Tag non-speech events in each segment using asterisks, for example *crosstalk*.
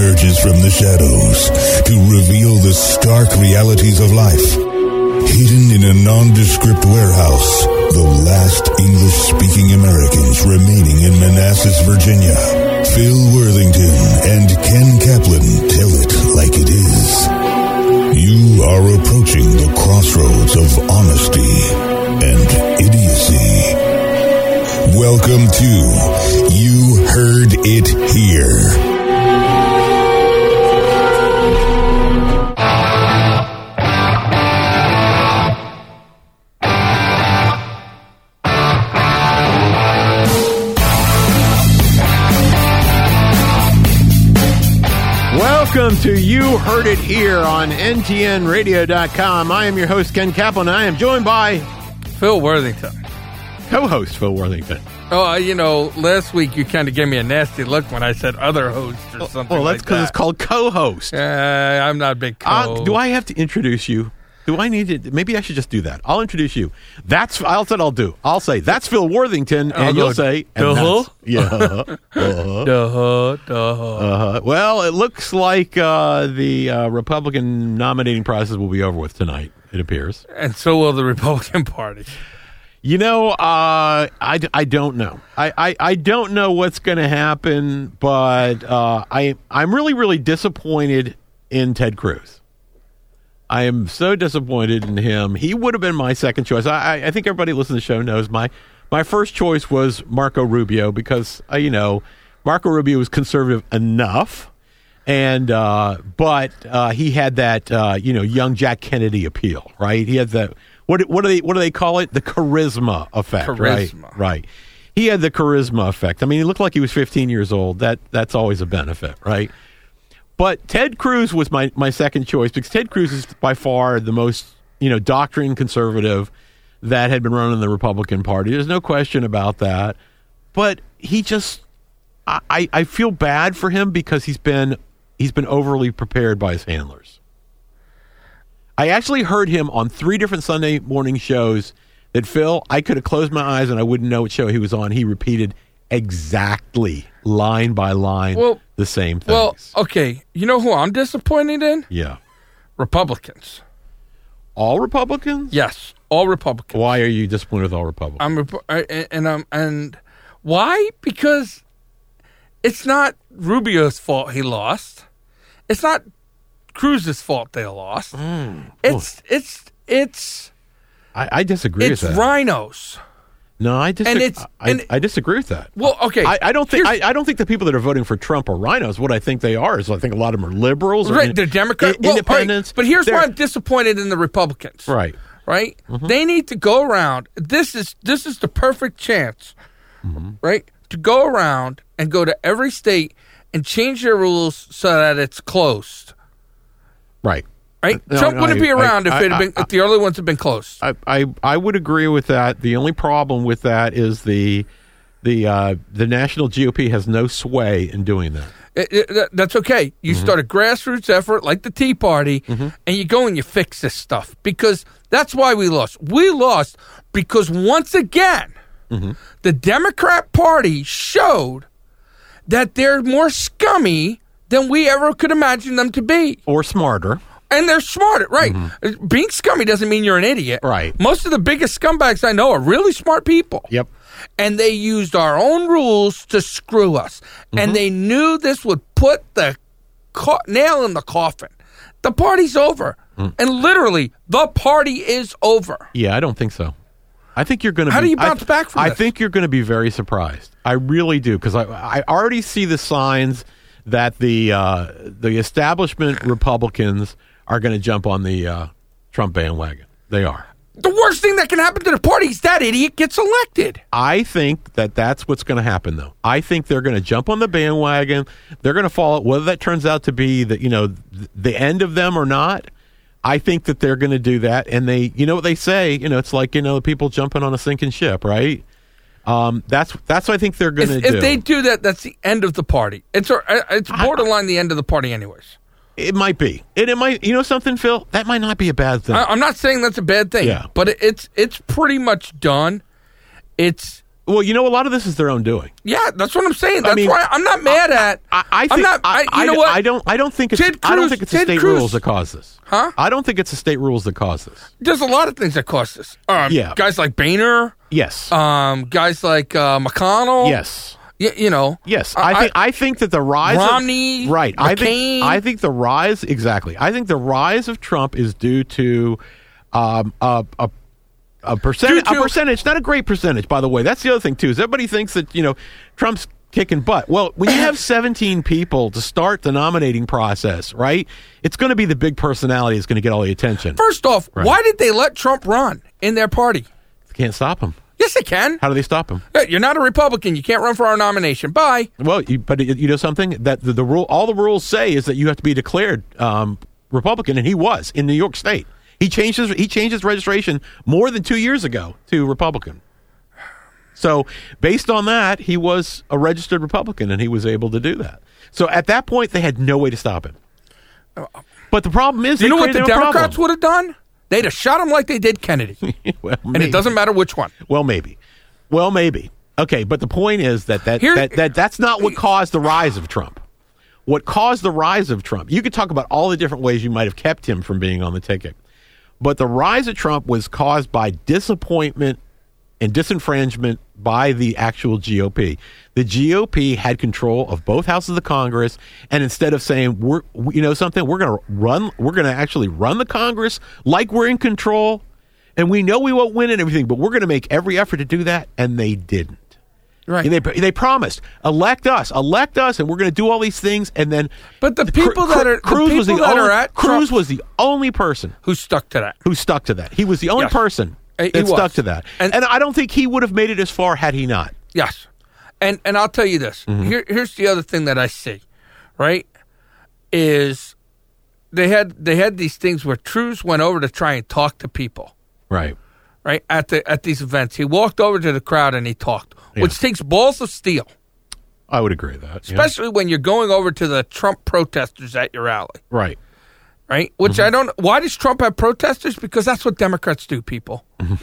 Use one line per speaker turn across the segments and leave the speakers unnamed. the shadows to reveal the stark realities of life. Hidden in a nondescript warehouse, the last English speaking Americans remaining in Manassas, Virginia. Phil Worthington and Ken Kaplan tell it like it is. You are approaching the crossroads of honesty and idiocy. Welcome to You Heard It Here.
Welcome to You Heard It Here on NTNRadio.com. I am your host, Ken Kaplan, and I am joined by
Phil Worthington.
co host Phil Worthington.
Oh, uh, you know, last week you kind of gave me a nasty look when I said other host or something.
Oh, Well, that's
like
because it's
that.
called co host.
Uh, I'm not a big. Co-
do I have to introduce you? Do I need to? Maybe I should just do that. I'll introduce you. That's I'll said I'll do. I'll say that's Phil Worthington,
I'll
and
go,
you'll say
"Duh."
and that's- yeah. Uh-huh.
*laughs* Duh, duh.
Uh-huh. Well, it looks like uh, the uh, Republican nominating process will be over with tonight. It appears.
And so will the *laughs* Republican Party.
You know, uh, I, I don't know. I, I, I don't know what's going to happen, but uh, I I'm really really disappointed in Ted Cruz. I am so disappointed in him. He would have been my second choice. I I, I think everybody listening to the show knows my my first choice was Marco Rubio because uh, you know Marco Rubio was conservative enough, and uh, but uh, he had that uh, you know young Jack Kennedy appeal, right? He had the what what do they what do they call it? The charisma effect, right?
Charisma.
Right. He had the charisma effect. I mean, he looked like he was 15 years old. That that's always a benefit, right? But Ted Cruz was my, my second choice because Ted Cruz is by far the most, you know, doctrine conservative that had been running the Republican Party. There's no question about that. But he just I- I, I feel bad for him because he's been he's been overly prepared by his handlers. I actually heard him on three different Sunday morning shows that Phil, I could have closed my eyes and I wouldn't know what show he was on. He repeated exactly line by line
Well-
the same things.
Well, okay. You know who I'm disappointed in?
yeah.
Republicans.
all Republicans?
Yes, all Republicans.
Why are you disappointed with all Republicans?
I'm Repo- I- and I'm and why? Because it's not Rubio's fault he lost. It's not Cruz's fault they lost.
Mm.
It's it's it's
I, I disagree
it's
with that.
rhinos.
No, I disagree.
And it's-
I,
and-
I disagree with that.
Well, okay.
I, I don't think
here's-
I, I don't think the people that are voting for Trump are rhinos. What I think they are is I think a lot of them are liberals, or
right,
in-
they're Democrats,
in- independents.
But here's
They're-
why I'm disappointed in the Republicans.
right. Mm-hmm.
right? They need to go around. This is this is the perfect chance,
Mm-hmm.
right? To go around and go to every state and change their rules so that it's closed.
Right.
Right?
Uh, No,
Trump
no,
wouldn't
I-
be around
I-
if it had
I-
been if the early ones had been closed.
I, I I would agree with that. The only problem with that is the the uh, the national GOP has no sway in doing that.
It- it- Eh, that- that's okay. You start a grassroots effort like the Tea Party, and you go and you fix this stuff because that's why we lost. We lost because once again, the Democrat Party showed that they're more scummy than we ever could imagine them to be.
Or smarter.
And they're smarter, right? Being scummy doesn't mean you're an idiot.
Right.
Most of the biggest scumbags I know are really smart people
Yep.
and they used our own rules to screw us.
Mm-hmm.
And they knew this would put the co- nail in the coffin. The party's over.
Mm.
And literally, the party is over.
Yeah, I don't think so. I think you're going to.
How
be,
do you
I-
bounce back from
I
this?
think you're going to be very surprised. I really do because I I already see the signs that the uh, the establishment Republicans are going to jump on the uh, Trump bandwagon. They are.
The worst thing that can happen to the party is that idiot gets elected.
I think that that's what's going to happen, though. I think they're going to jump on the bandwagon. They're going to follow whether that turns out to be the you know th- the end of them or not. I think that they're going to do that, and they you know what they say. You know, it's like you know people jumping on a sinking ship, right? Um, that's that's what I think they're going
If,
to
if
do.
they do that, that's the end of the party. It's a- it's borderline the end of the party, anyways.
it might be, and it might. You know something, Phil? That might not be a bad
Uh,
thing.
I, I'm not saying that's a bad thing,
Yeah.
but it, it's it's pretty much done. It's
Well, you know, a lot of this is their own doing.
Yeah, that's what I'm saying. That's
mean,
why I'm not mad at.
I, I
I'm
think
not. I, you know
d-
what?
I don't. I don't think it's.
Ted
I don't
Cruz-
think it's the
Ted
state
Cruz-
rules that cause this.
Huh?
I don't think it's the state rules that cause this.
There's a lot of things that cost us. Um,
Yeah.
guys like Boehner,
Yes.
um, guys like uh, McConnell.
yes.
Y- you know.
Yes.
I-
I, think. I, think that the rise.
Romney,
Of, right. I
McCain.
think. I think the rise. Exactly. I think the rise of Trump is due to um, a. a a
Due
percentage,
to-
a percentage, not a great percentage, by the way. That's the other thing too. Is everybody thinks that you know Trump's kicking butt? Well, when you
*coughs*
have 17 people to start the nominating process, right? It's going to be the big personality that's going to get all the attention.
First off, why did they let Trump run in their party?
Can't stop him.
Yes, they can.
How do they stop him?
Hey, You're not a Republican. You can't run for our nomination. Bye.
Well, you, but it, you know something that the, the rule, all the rules say is that you have to be declared um, Republican, and he was in New York State. He changed his he changed his registration more than two years ago to Republican. So, based on that, he was a registered Republican, and he was able to do that. So, at that point, they had no way to stop him. But the problem is,
You
they
know what the
created a problem.
Democrats would have done? They'd have shot him like they
*laughs*
did Kennedy. and
Well,
it
maybe.
doesn't matter which one.
Well, maybe. Well, maybe. Okay, but the point is that that,
Here-
that, that that's not what caused the rise of Trump. What caused the rise of Trump? You could talk about all the different ways you might have kept him from being on the ticket, but the rise of Trump was caused by disappointment and disenfranchisement by the actual GOP. The GOP had control of both houses of the Congress, and instead of saying we're we- you know something, we're going to run, we're going to actually run the Congress like we're in control, and we know we won't win and everything, but we're going to make every effort to do that, and they didn't.
Right.
And they they promised elect us, elect us, and we're going to do all these things, and then
But the
Cru-
people that
Cru-
are- the
Cruz was the
people that
only,
are at
Cruz
Trump-
was the only person
Who stuck to that?
who stuck to that. He was the only
Yes.
person
Uh, he
that
was.
stuck to that.
And-
And, I don't think he would have made it as far had he not.
Yes. And and I'll tell you this. Here here's the other thing that I see, right? Is they had they had these things where Cruz went over to try and talk to people,
Right.
right? At the at these events. He walked over to the crowd and he talked, which takes balls of steel.
I would agree with that. yeah.
Especially when you're going over to the Trump protesters at your alley,
Right.
right? Which
Mm-hmm.
I don't why does Trump have protesters? Because that's what Democrats do, people.
Mm-hmm.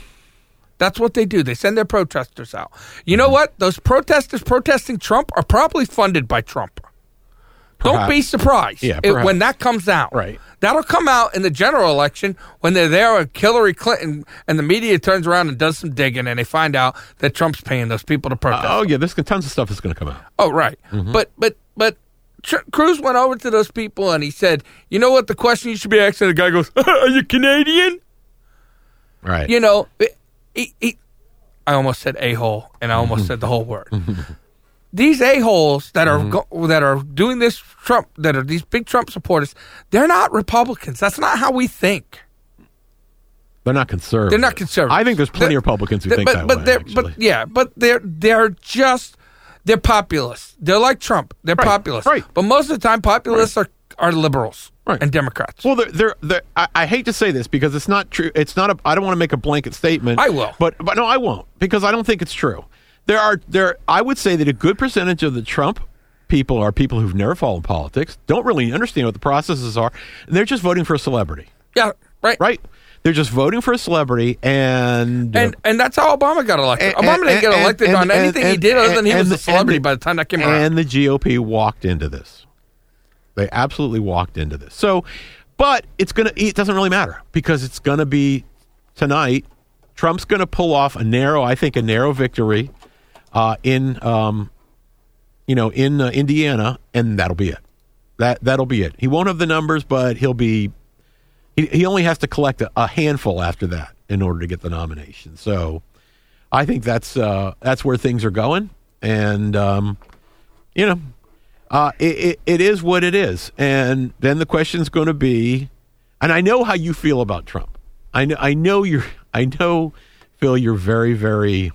That's what they do. They send their protesters out. You
Mm-hmm.
know what? Those protesters protesting Trump are probably funded by Trump. Don't be
Perhaps.
surprised
Yeah,
if-
perhaps.
when that comes out.
Right.
That'll come out in the general election when they're there with Hillary Clinton and the media turns around and does some digging and they find out that Trump's paying those people to protest.
Oh yeah, there's tons of stuff that's going to come out.
Oh, right. But but but Tr- Cruz went over to those people and he said, "You know what? The question you should be asking." The guy goes, *laughs* "Are you Canadian?"
Right.
You know, it- he, he, I almost said a hole, and I almost said the whole word. these a holes that are go, that are doing this Trump, that are these big Trump supporters, they're not Republicans. That's not how we think.
They're not conservative.
They're not conservative.
I think there's plenty
They're-
of Republicans who
they're-
think
but,
that
but
way.
They're,
actually.
but yeah, but they're they're just they're populists. They're like Trump. They're
Right,
populists.
right.
But most of the time, populists are are liberals
Right.
and Democrats.
Well, they're, they're, they're, I, I hate to say this because it's not true. It's not a. I don't want to make a blanket statement.
I will.
but but no, I won't because I don't think it's true. There are there. I would say that a good percentage of the Trump people are people who've never followed politics, don't really understand what the processes are, and they're just voting for a celebrity,
yeah, right.
right? They're just voting for a celebrity, and
And and that's how Obama got elected.
and-
Obama didn't
and-
get
and-
elected
and-
on
and-
anything he
and-
did other than he
and-
was a
and-
celebrity by the time that came around.
And the GOP walked into this. They absolutely walked into this. So, but it's going to, it doesn't really matter because it's going to be tonight. Trump's going to pull off a narrow, I think, a narrow victory uh, in, um, you know, in uh, Indiana, and that'll be it. That that'll be it. He won't have the numbers, but he'll be. He, he only has to collect a, a handful after that in order to get the nomination. So, I think that's uh, that's where things are going, and um, you know, uh, it, it, it is what it is. And then the question's going to be, and I know how you feel about Trump. I know, I know you're, I know, Phil, you're very, very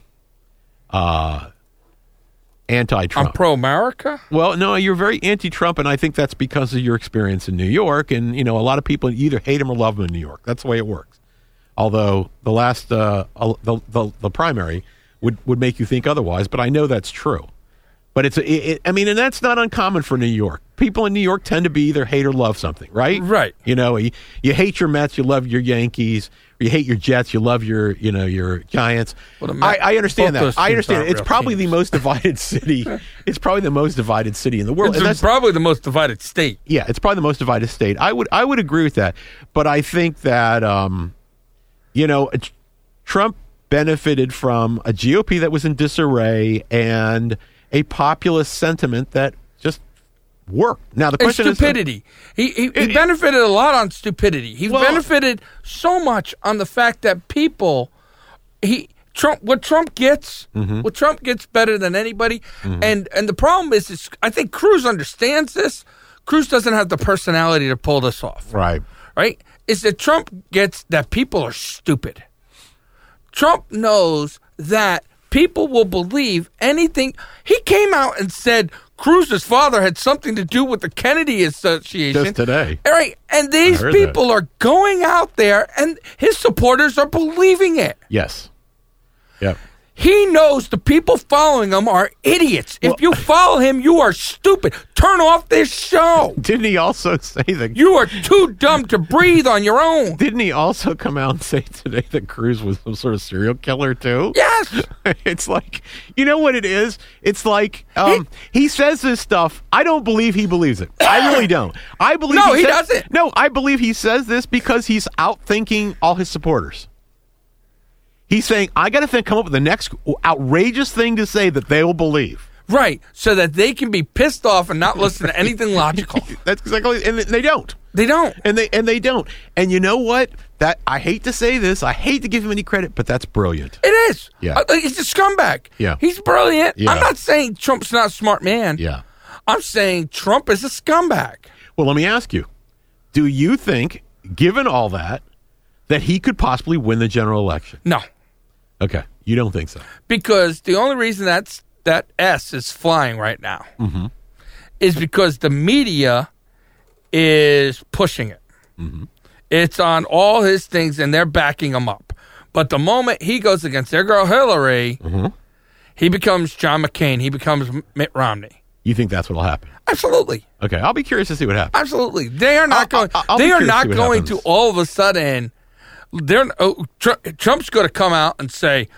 uh,
I'm
anti-Trump.
pro America.
Well, no, you're very anti-Trump, and I think that's because of your experience in New York. And you know, a lot of people either hate him or love him in New York. That's the way it works. Although the last uh, el- the, the the primary would would make you think otherwise, but I know that's true. But it's a- it, it, I mean, and that's not uncommon for New York. People in New York tend to be either hate or love something, right?
Right.
You know, you, you hate your Mets, you love your Yankees, you hate your Jets, you love your you know your Giants.
Well, the Ma-
I, I understand
both those
that. I
teams
understand.
aren't
It's
real
probably the
teams.
most divided
*laughs*
city. It's probably the most divided city in the world.
It's
and that's-
probably the most divided state.
yeah, it's probably the most divided state. I would I would agree with that, but I think that um, you know uh, tr- Trump benefited from a GOP that was in disarray and a populist sentiment that just worked. Now the
And
question is uh,
stupidity. he he, he benefited a lot on stupidity. He
Well-
benefited so much on the fact that people he Trump what Trump gets
Mm-hmm.
what Trump gets better than anybody. And and the problem is, is I think Cruz understands this. Cruz doesn't have the personality to pull this off.
right.
right? Is that Trump gets that people are stupid. Trump knows that people will believe anything. He came out and said Cruz's father had something to do with the Kennedy Association.
Just today.
All right. And these
heard that.
people are going out there and his supporters are believing it.
Yes. Yep.
He knows the people following him are idiots.
*laughs*
if you follow him, you are stupid. Turn off this show.
Didn't he also *laughs* say that?
You are too dumb to breathe on your own.
didn't he also come out and say today that Cruz was some sort of serial killer too?
Yes.
*laughs* it's like you know what it is it's like um, he says this stuff i don't believe he believes it i
*coughs*
really don't i believe
No, he
says-
doesn't.
no i believe he says this because he's outthinking all his supporters he's saying i gotta think come up with the next outrageous thing to say that they will believe
Right, so that they can be pissed off
*laughs*
and not listen to anything logical.
that's exactly and they don't
They don't.
and they and they don't and you know what that i hate to say this i hate to give him any credit but that's brilliant
It is.
Yeah.
Uh, he's a scumbag.
Yeah.
He's brilliant.
Yeah.
I'm not saying Trump's not a smart man. I'm saying Trump is a scumbag.
Well, let me ask you: Do you think, given all that, that he could possibly win the general election?
No.
Okay, you don't think so.
Because the only reason that's that S is flying right now is because the media is pushing it. It's on all his things and they're backing him up. But the moment he goes against their girl Hillary, he becomes John McCain. He becomes M- Mitt Romney.
You think that's what'll happen?
Absolutely.
Okay, I'll be curious to see what happens.
Absolutely. They are not
I'll-
going
I'll- I'll be
they are
curious to
not
see what
going
happens.
to all of a sudden they're oh, Tr- Trump's going to come out and say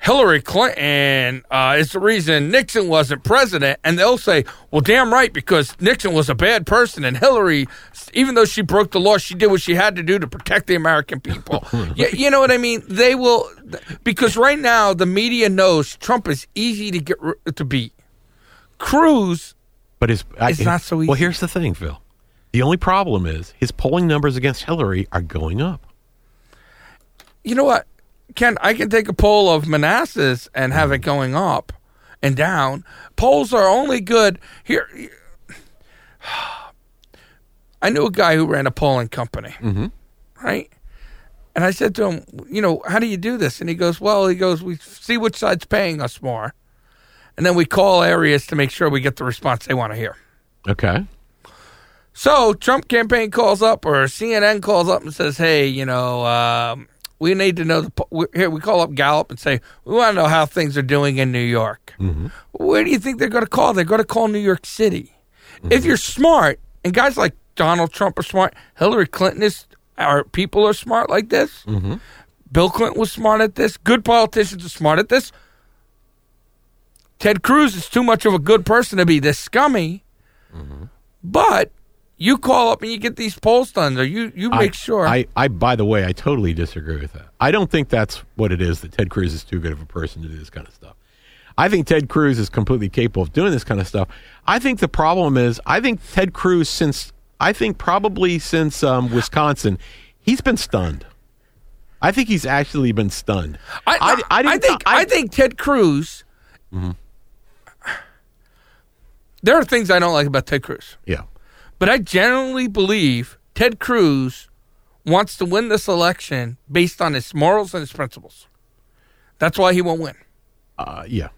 Hillary Clinton uh, is the reason Nixon wasn't president, and they'll say, "Well, damn right, because Nixon was a bad person, and Hillary, even though she broke the law, she did what she had to do to protect the
*laughs*
American people." you, you know what I mean? They will, because right now the media knows Trump is easy to get r- to beat. Cruz
But his, I-
It's not so
Well,
easy.
here's the thing, Phil. The only problem is his polling numbers against Hillary are going up.
you know what, Ken? I can take a poll of Manassas and have it going up and down. Polls are only good here. *sighs* I knew a guy who ran a polling company, mm-hmm. right? And I said to him, you know, how do you do this? And he goes, well, he goes, we see which side's paying us more, and then we call areas to make sure we get the response they want to hear.
Okay.
So Trump campaign calls up or CNN calls up and says, "Hey, you know, um, we need to know the po- we- here." We call up Gallup and say, "We want to know how things are doing in New York." Where do you think they're going to call? They're going to call New York City.
Mm-hmm.
If you're smart, and guys like Donald Trump are smart, Hillary Clinton is, our people are smart like this.
Mm-hmm.
Bill Clinton was smart at this. Good politicians are smart at this. Ted Cruz is too much of a good person to be this scummy.
Mm-hmm.
But you call up and you get these polls done, or you you make
I,
sure.
I, I, by the way, I totally disagree with that. I don't think that's what it is that Ted Cruz is too good of a person to do this kind of stuff. I think Ted Cruz is completely capable of doing this kind of stuff. I think the problem is, I think Ted Cruz, since, I think probably since um, Wisconsin, he's been stunned. I think he's actually been stunned.
I, I,
didn't-
think I, think Ted Cruz. *sighs* There are things I don't like about Ted Cruz,
Yeah.
but I generally believe Ted Cruz wants to win this election based on his morals and his principles. That's why he won't win.
Uh, yeah.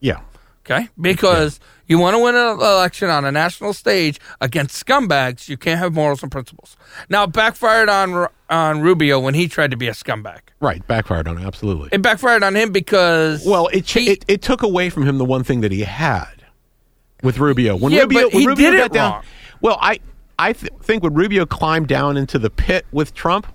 Yeah.
Okay, because you want to win an election on a national stage against scumbags, you can't have morals and principles. Now, it backfired on Ru- on Rubio when he tried to be a scumbag.
Right. Backfired on him. Absolutely.
It backfired on him because
Well, it, cha-
He-
it it took away from him the one thing that he had with Rubio. When
Yeah,
Rubio,
but
when
he
Rubio
did it
got down,
wrong.
well, I I th- think when Rubio climbed down into the pit with Trump,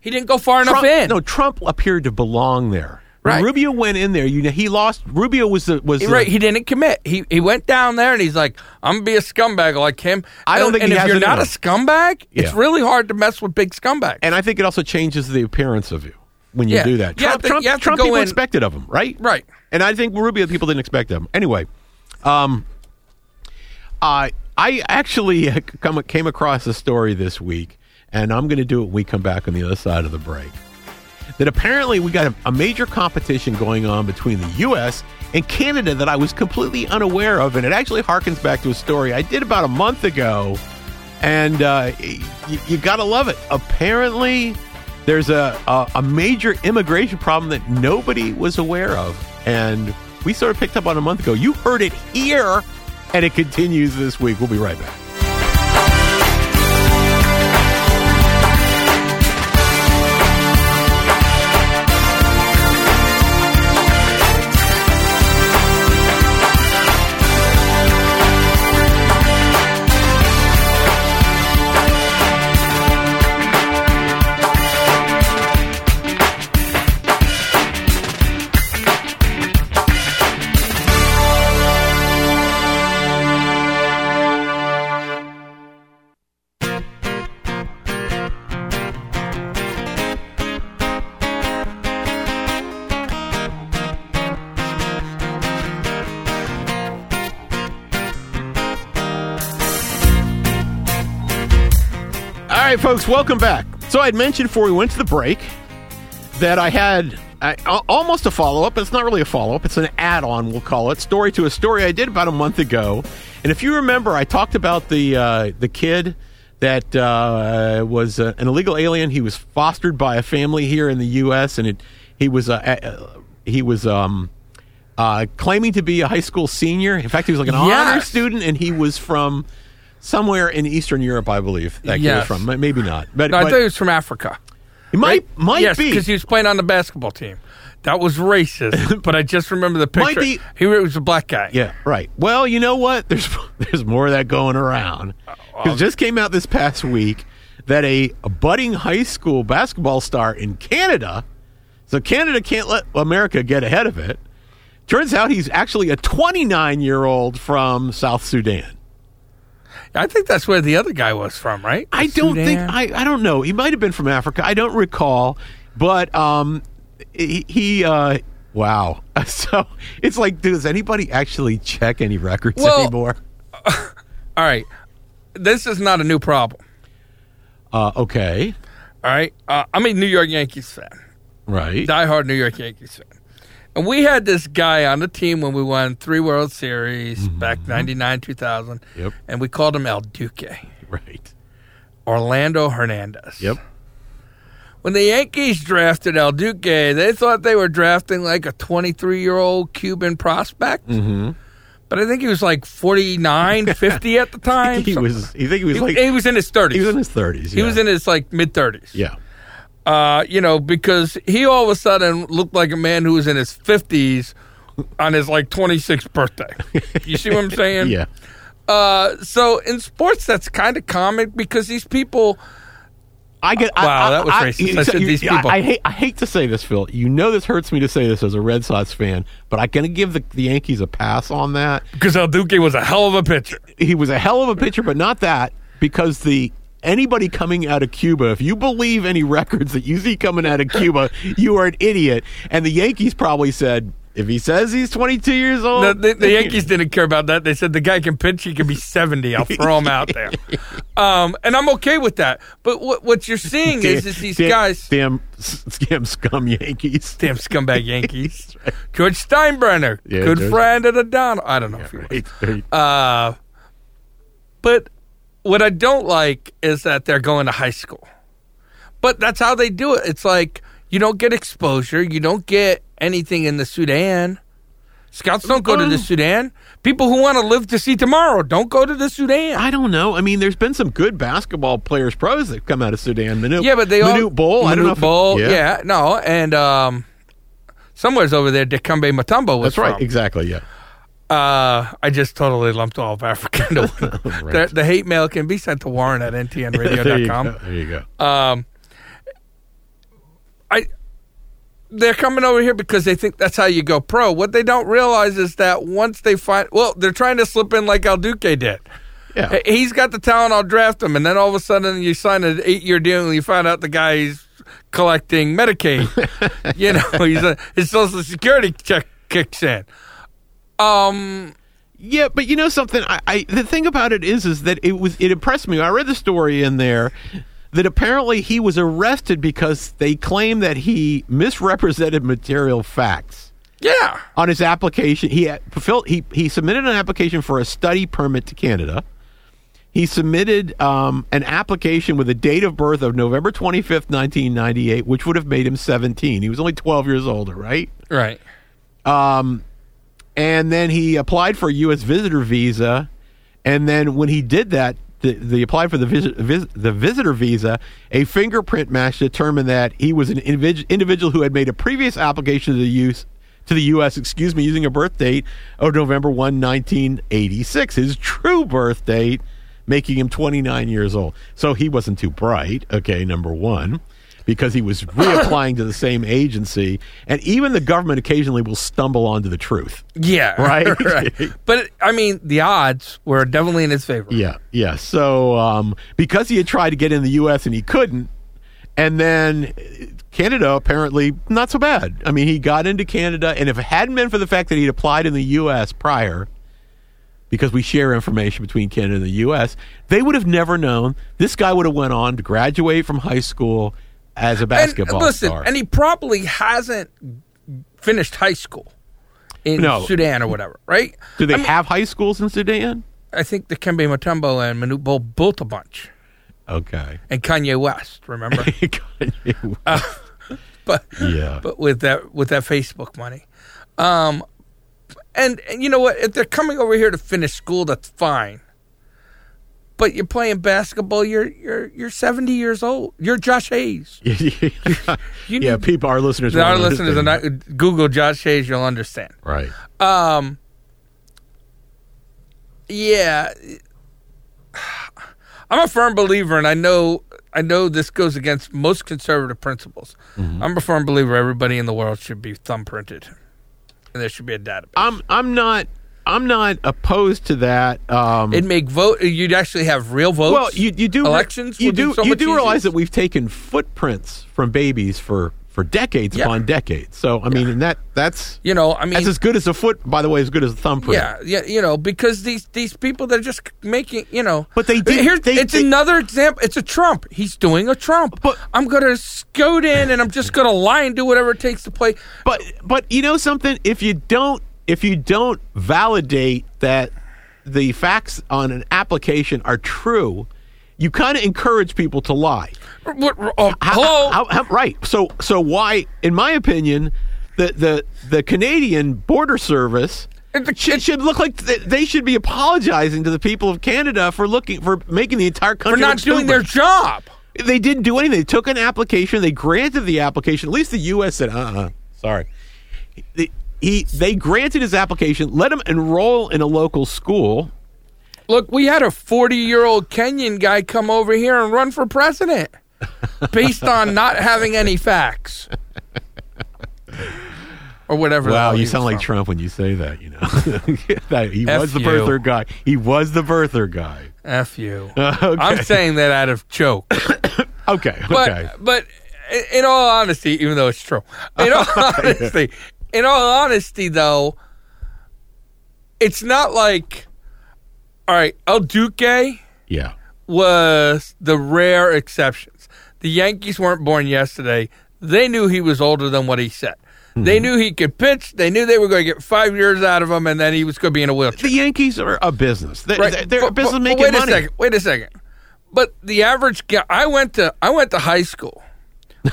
He didn't go far enough
Trump,
in.
No, Trump appeared to belong there. When
Right.
Rubio went in there. You know, he lost. Rubio was the was the-
right. He didn't commit. He he went down there and he's like, I'm gonna be a scumbag like him.
I don't
and,
think
and
he
if
has
you're
it in
not a
him.
scumbag, it's
Yeah.
really hard to mess with big scumbags.
and I think it also changes the appearance of you when you
Yeah.
do that.
You
Trump,
have to-
Trump,
you have to
Trump
go
people
in-
expected of him, right?
Right.
And I think Rubio people didn't expect him. Anyway, um, I I actually *laughs* uh, come, came across a story this week, and I'm going to do it when we come back on the other side of the break. That apparently we got a, a major competition going on between the U.S. and Canada that I was completely unaware of, and it actually harkens back to a story I did about a month ago, and uh, y- y- you got to love it. Apparently, there's a, a a major immigration problem that nobody was aware of, and we sort of picked up on a month ago. You heard it here, and it continues this week. We'll be right back. All right, folks, welcome back. So I'd mentioned before we went to the break that I had I, a- almost a follow up. It's not really a follow up, it's an add on, we'll call it, story to a story I did about a month ago. And if you remember, I talked about the, uh, the kid that uh, was uh, an illegal alien. He was fostered by a family here in the U.S., and it, he was, uh, uh, he was um, uh, claiming to be a high school senior. In fact, he was like an honor
Yes.
student, and he was from. Somewhere in Eastern Europe, I believe that kid was
Yes.
from. Ma- Maybe not. But,
No, I
but
thought he was from Africa.
it might
Right?
might
yes,
be.
because he was playing on the basketball team. That
*laughs*
was racist, but I just remember the
Might
picture.
be-
He was a black guy.
yeah, right. Well, you know what? There's *laughs* there's more of that going around.
Uh,
'Cause it just came out this past week that a, a budding high school basketball star in Canada, so Canada can't let America get ahead of it. Turns out he's actually a 29 year old from South Sudan.
I think that's where the other guy was from, right?
I don't think
Sudan?
I, I don't know. He might have been from Africa. I don't recall, but um, he, he uh, wow. *laughs* So it's like, does anybody actually check any records
Well-
anymore?
All right, this is not a new problem.
Uh, okay,
All right, uh, I'm a New York Yankees fan,
right.
diehard New York Yankees fan, and we had this guy on the team when we won three World Series back '99, 2000,
Mm-hmm. Yep.
and we called him El Duque,
right.
Orlando Hernandez.
Yep.
When the Yankees drafted El Duque, they thought they were drafting like a 23 year old Cuban prospect. Mm-hmm. But I think he was like 49,
*laughs*
50 at the time.
He
So-
was. You think he was
he,
like
he was in his 30s.
he was in his thirties.
He was in his like mid 30s.
yeah.
Uh, you know, because he all of a sudden looked like a man who was in his 50s on his like 26th birthday. You see what I'm saying?
*laughs* Yeah.
Uh, so in sports, that's kind of common because these people.
I get.
Wow,
I,
that was
I,
racist.
you-
I said
you-
these
I-
people.
I, hate. I hate to say this, Phil. You know this hurts me to say this as a Red Sox fan, but I'm going to give the, the Yankees a pass on that.
Because El Duque was a hell of a pitcher.
he was a hell of a pitcher, but not that because the anybody coming out of Cuba, if you believe any records that you see coming out of Cuba, you are an idiot. And the Yankees probably said, if he says he's 22 years old,
No, the, the Yankees didn't care about that. They said the guy can pitch; he can be seventy. I'll throw him out there, um, and I'm okay with that. But what, what you're seeing
Damn-
is, is these
damn-
guys, damn,
damn, s- damn scum
*laughs*
Yankees.
scumbag Yankees.
*laughs*
George Steinbrenner,
Yeah,
good
George-
friend of the Donald. I don't know if he was.
Right, right.
Uh, but what I don't like is that they're going to high school. But that's how they do it. It's like you don't get exposure, you don't get anything in the Sudan. Scouts don't go to the
Mm.
Sudan. People who want to live to see tomorrow don't go to the Sudan.
I don't know. I mean, there's been some good basketball players, pros that come out of Sudan. Manute,
yeah, but they all
Manute Bol. I don't know.
Manute
if-
Bol, yeah. no, and um, somewhere's over there, Dikembe Mutombo was
that's right.
from.
Exactly. Yeah. *laughs*
Uh, I just totally lumped all of Africa
*laughs*
into one. the, the hate mail can be sent to Warren at
there, you
ntnradio.com.
go. there you go.
Um, I they're coming over here because they think that's how you go pro. What they don't realize is that once they find well, they're trying to slip in like Al Duque did.
Yeah.
Hey, He's got the talent. I'll draft him, and then all of a sudden you sign an eight-year deal, and you find out the guy's
*laughs*
collecting Medicaid. you know, he's a, his Social Security check kicks in. Um,
Yeah, but you know something. I, I the thing about it is, is that it was it impressed me. I read the story in there that apparently he was arrested because they claim that he misrepresented material facts
yeah,
on his application. He had fulfilled he he submitted an application for a study permit to Canada. He submitted um, an application with a date of birth of November twenty fifth, nineteen ninety eight, which would have made him seventeen. He was only twelve years older, right?
right.
and then he applied for a U.S. visitor visa. And then when he did that, the, the applied for the visit, vis, the visitor visa, a fingerprint match determined that he was an individ, individual who had made a previous application to the use to the U.S. Excuse me, using a birth date of November 1, 1986, his true birth date, making him 29 years old. So he wasn't too bright. Okay, number one. Because he was reapplying to the same agency, and even the government occasionally will stumble onto the truth.
Yeah, *laughs*
Right?
But I mean, the odds were definitely in his favor.
Yeah, yeah. So um, because he had tried to get in the U.S. and he couldn't, and then eh, Canada apparently not so bad. I mean, he got into Canada, and if it hadn't been for the fact that he'd applied in the U.S. prior, because we share information between Canada and the U.S., they would have never known. This guy would have went on to graduate from high school as a basketball
and listen,
star.
and he probably hasn't finished high school in
No.
Sudan or whatever, right?
Do they
I, mean,
have high schools in Sudan?
I think the Kembe Mutombo and Manute Bull built a bunch,
Okay. *laughs*
and Kanye West, remember? but
yeah.
Uh,
*laughs*
but with that with that Facebook money, um, and, and you know what? If they're coming over here to finish school, that's fine. But you're playing basketball. You're you're you're 70 years old. You're Josh Hayes. *laughs* You
yeah,
need-
people, our listeners, won't
Our listeners are
understand.
not Google Josh Hayes. You'll understand.
right.
Um. Yeah, I'm a firm believer, and I know I know this goes against most conservative principles. I'm a firm believer everybody in the world should be thumbprinted, and there should be a database.
I'm I'm not I'm not opposed to that. Um,
It'd make vote. You'd actually have real votes.
well, you you do
elections.
You
would be
do
so
you
much
do
easier.
realize that we've taken footprints from babies for for decades
Yeah.
upon decades. So I mean, and that that's
you know. I mean,
that's as good as a foot. By the way, as good as a thumbprint.
Yeah, yeah, you know, because these these people they're just making, you know.
But they did-
Here's,
they-
it's
they-
another example. It's a Trump. He's doing a Trump.
But-
I'm gonna scoot in and I'm just gonna lie and do whatever it takes to play.
But but you know something? If you don't if you don't validate that the facts on an application are true, you kind of encourage people to lie.
R- r- oh,
How-
hello.
how- how- right. So so why, in my opinion, the the the Canadian border service.
And the-
should, should look like th- they should be apologizing to the people of Canada for looking for making the entire
for
country
not
look
doing their
stupid.
job.
They didn't do anything. They took an application. They granted the application. At least the U.S. said, "Uh, uh sorry." He, he they granted his application. Let him enroll in a local school.
Look, we had a 40 year old Kenyan guy come over here and run
*laughs*
for president based on not having any facts. Or whatever. the
Wow,
hell
you
he
sound
was
like
from.
Trump when you say that. You know, *laughs* That- he
F
was the
you.
birther guy. He was the birther guy.
F you. *laughs*
Okay.
I'm saying that out
*laughs*
of joke.
Okay,
but
okay.
but i- in all honesty, even though it's true,
*laughs*
in all honesty, in all honesty though, it's not like all right. El Duque
Yeah,
was the rare exceptions. The Yankees weren't born yesterday. They knew he was older than what he said.
Mm-hmm.
They knew he could pitch. They knew they were going to get five years out of him, and then he was going to be in a wheelchair.
the Yankees are a business. They're,
Right.
they're- they're a
But-
business
but- but
making
wait
money.
a second. Wait a second. But the average guy, I went to I went to high school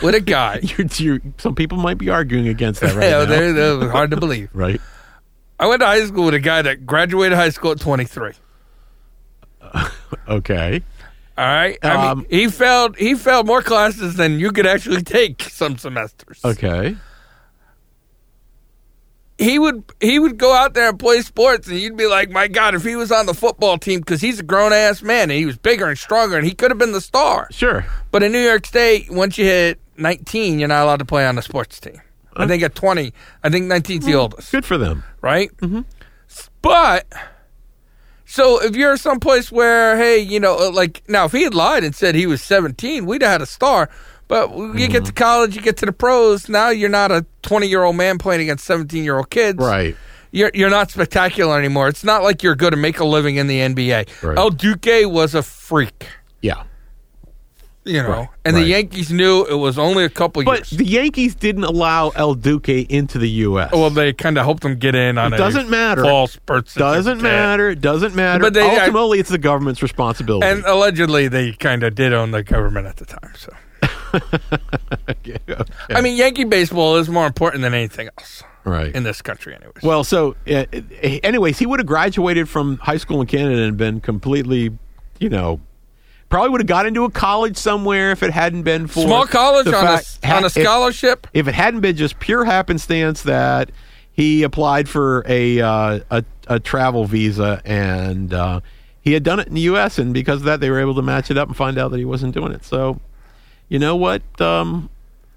with
*laughs*
a guy.
*laughs*
*laughs*
You're, you're, some people might be arguing against that right
you know,
now.
they're, they're hard to believe.
Right?
I went to high school with a guy that graduated high school at 23.
Okay.
All right, I
Um,
mean, he failed. He failed more classes than you could actually take some semesters.
Okay.
he would he would go out there and play sports, and you'd be like, my God, if he was on the football team, because he's a grown ass man, and he was bigger and stronger, and he could have been the star.
Sure.
But in New York State, once you hit 19, you're not allowed to play on the sports team. I think at 20, I think 19's the oldest
Good for them.
right? Mm-hmm. But so if you're someplace where, hey, you know, uh, like now, if he had lied and said he was 17, we'd have had a star. But you get to college, you get to the pros. Now you're not a 20 year old man playing against 17 year old kids,
Right.
You're you're not spectacular anymore. It's not like you're going to make a living in the NBA.
Right.
El Duque was a freak,
Yeah.
you know,
Right,
and
right.
the Yankees knew it was only a couple
But
years.
the Yankees didn't allow El Duque into the U.S.
well, they kind of helped him get in on
It
a
doesn't matter.
False birth
doesn't
certificate.
matter. Doesn't matter.
But they- I-
Ultimately, it's the government's responsibility.
And uh, allegedly, they kind of did own the government at the time.
*laughs*
So, I mean, Yankee baseball is more important than anything else
right.
in this country, anyways.
Well, so uh, anyways, he would have graduated from high school in Canada and been completely, you know, probably would have got into a college somewhere if it hadn't been for
small college
the
on a,
fact-
on
ha-
a scholarship.
If, if it hadn't been just pure happenstance that he applied for a uh, a, a travel visa and uh, he had done it in the U.S. and because of that they were able to match it up and find out that he wasn't doing it. So, you know what? Um,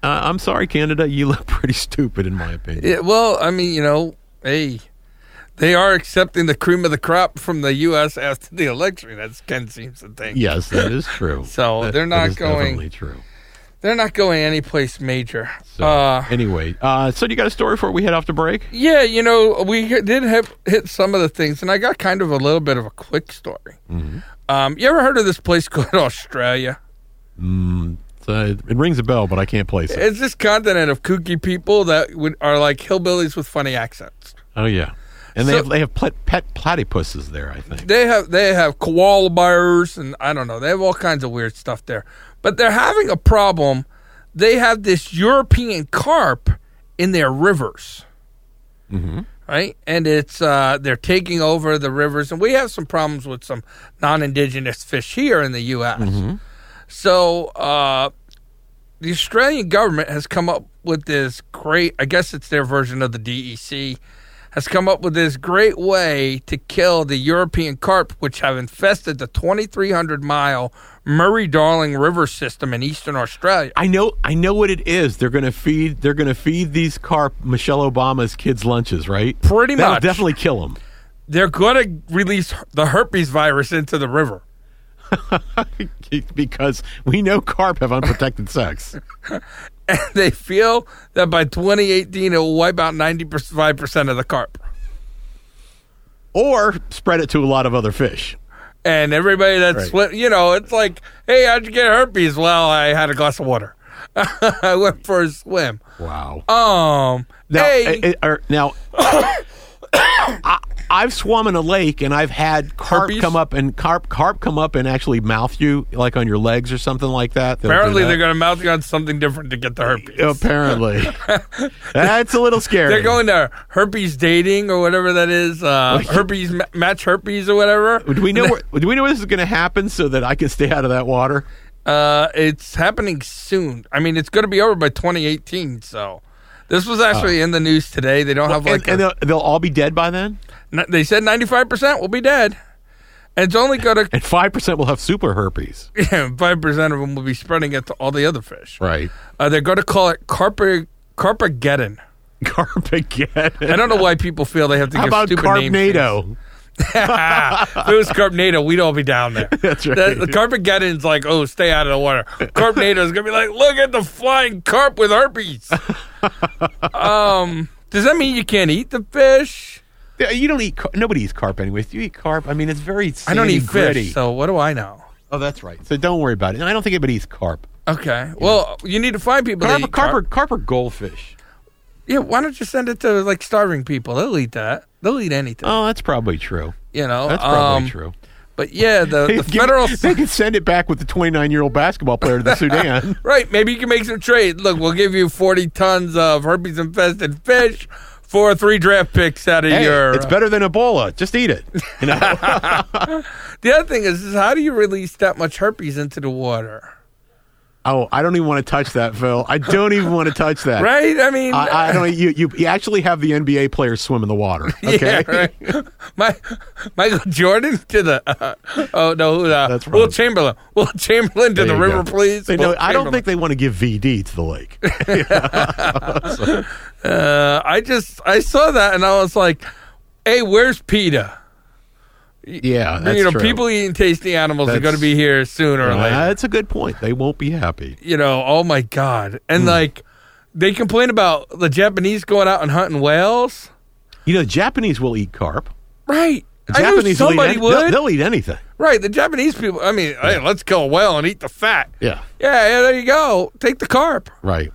I I'm sorry, Canada. You look *laughs* pretty stupid, in my opinion.
Yeah, well, I mean, you know, hey, they are accepting the cream of the crop from the U.S. after the election. That's Ken seems to think.
Yes, that is true.
*laughs* So
That-
they're
that
not
is
going-
Definitely true.
they're not going anyplace major.
So
uh,
anyway, uh, so do you got a story before we head off to break?
Yeah, you know, we hit- did have hit some of the things, and I got kind of a little bit of a quick story. Um, you ever heard of this place *laughs* called Australia?
So it, it rings a bell, but I can't place it.
It's this continent of kooky people that would, are like hillbillies with funny accents.
Oh yeah, and they
So-
have they have plat, pet platypuses there. I think.
They have they have koala bears and I don't know. They have all kinds of weird stuff there, but they're having a problem. They have this European carp in their rivers, mm-hmm. right? And it's uh, they're taking over the rivers, and we have some problems with some non-indigenous fish here in the U.S. So uh, the Australian government has come up with this great, I guess it's their version of the DEC, has come up with this great way to kill the European carp, which have infested the 2,300 mile Murray Darling River system in eastern Australia.
I know, I know what it is. They're gonna feed. They're gonna feed these carp Michelle Obama's kids lunches, right?
Pretty
That'll
much.
definitely kill them.
They're going to release the herpes virus into the river.
*laughs*
*laughs*
because we know carp have unprotected
*laughs*
sex.
And they feel that by 2018, it will wipe out 95% of the carp.
Or spread it to a lot of other fish.
and everybody that's
Right.
swi- you know, it's like, hey, how'd you get herpes? Well, I had a glass of water. *laughs* I went for a swim.
Wow.
Um,
Now,
hey,
I- I- er, now *coughs* I, I've swum in a lake and I've had carp
Herpes?
come up and carp carp come up and actually mouth you like on your legs or something like that. They'll do
apparently
that.
they're going to mouth you on something different to get the herpes.
apparently
*laughs*
that's a little scary.
They're going to herpes dating or whatever that is,
*laughs*
uh, herpes ma- match herpes or whatever.
Do we know
*laughs*
where, do we know where this is going to happen so that I can stay out of that water?
Uh, it's happening soon. I mean, it's going to be over by 2018. So, this was actually in the news today. They don't have
Oh. And,
like a-
and they'll, they'll all be dead by then,
n- they said 95 percent will be dead, and it's only going to
and five percent will have super herpes.
Yeah, *laughs* five percent of them will be spreading it to all the other fish.
Right,
Uh, they're going to call it carpa carpageddon.
*laughs* carp again.
I don't know why people feel they have to
How
give
about
stupid names.
carpnado?
*laughs* if it was carpnado, we'd all be down there.
*laughs* That's right.
The, the carpageddon's like, oh, stay out of the water. Carpnado's going to be like, look at the flying carp
*laughs*
with herpes. um, does that mean you can't eat the fish?
Yeah, You don't eat. car- Nobody eats carp, anyways. Do you eat carp? I mean, it's very.
I don't
sandy,
eat
gritty.
fish, so what do I know?
Oh, that's right. So don't worry about it. I don't think anybody eats carp.
Okay. Well, you need to find people
Carp,
that eat
carp,
carp.
Or, carp or goldfish.
Yeah, why don't you send it to like starving people? They'll eat that. They'll eat anything.
Oh, that's probably true.
you know,
That's probably
um,
true.
But yeah, the, the
Give me- *laughs*
federal
they can send it back with the 29 year old basketball player to the *laughs* Sudan.
right. Maybe you can make some trade. Look, we'll give you forty tons of herpes infested fish for three draft picks out of
Hey,
your.
it's better than Ebola. Just eat it. You know? *laughs*
The other thing is, is how do you release that much herpes into the water?
Oh, I don't even want to touch that, Phil. I don't even want to touch that.
right? I mean,
I, I don't. You, you you actually have the NBA players swim in the *laughs* water. Okay.
*laughs* Yeah, right. My Michael Jordan to the *laughs* uh, oh no, uh,
That's
Will
wrong.
Chamberlain. Will Chamberlain
There
to the
you
river,
go.
please.
They
Will
know- I don't
Chamberlain.
think they want to give VD to the *laughs* lake.
Uh, I just I saw that and I was like, "Hey, where's Peta?"
yeah, that's
you know,
true.
people eating tasty animals are
That's-
going to be here sooner or
Uh,
later.
that's a good point. They won't be happy.
you know, oh my god! And
Hmm.
like, they complain about the Japanese going out and hunting whales,
You know, Japanese will eat carp.
right? I knew
Japanese will eat
somebody
any-
would,
They'll, they'll eat anything.
right? The Japanese people. I mean, hey, let's kill a whale and eat the fat.
Yeah.
Yeah, yeah, there you go. Take the carp.
Right.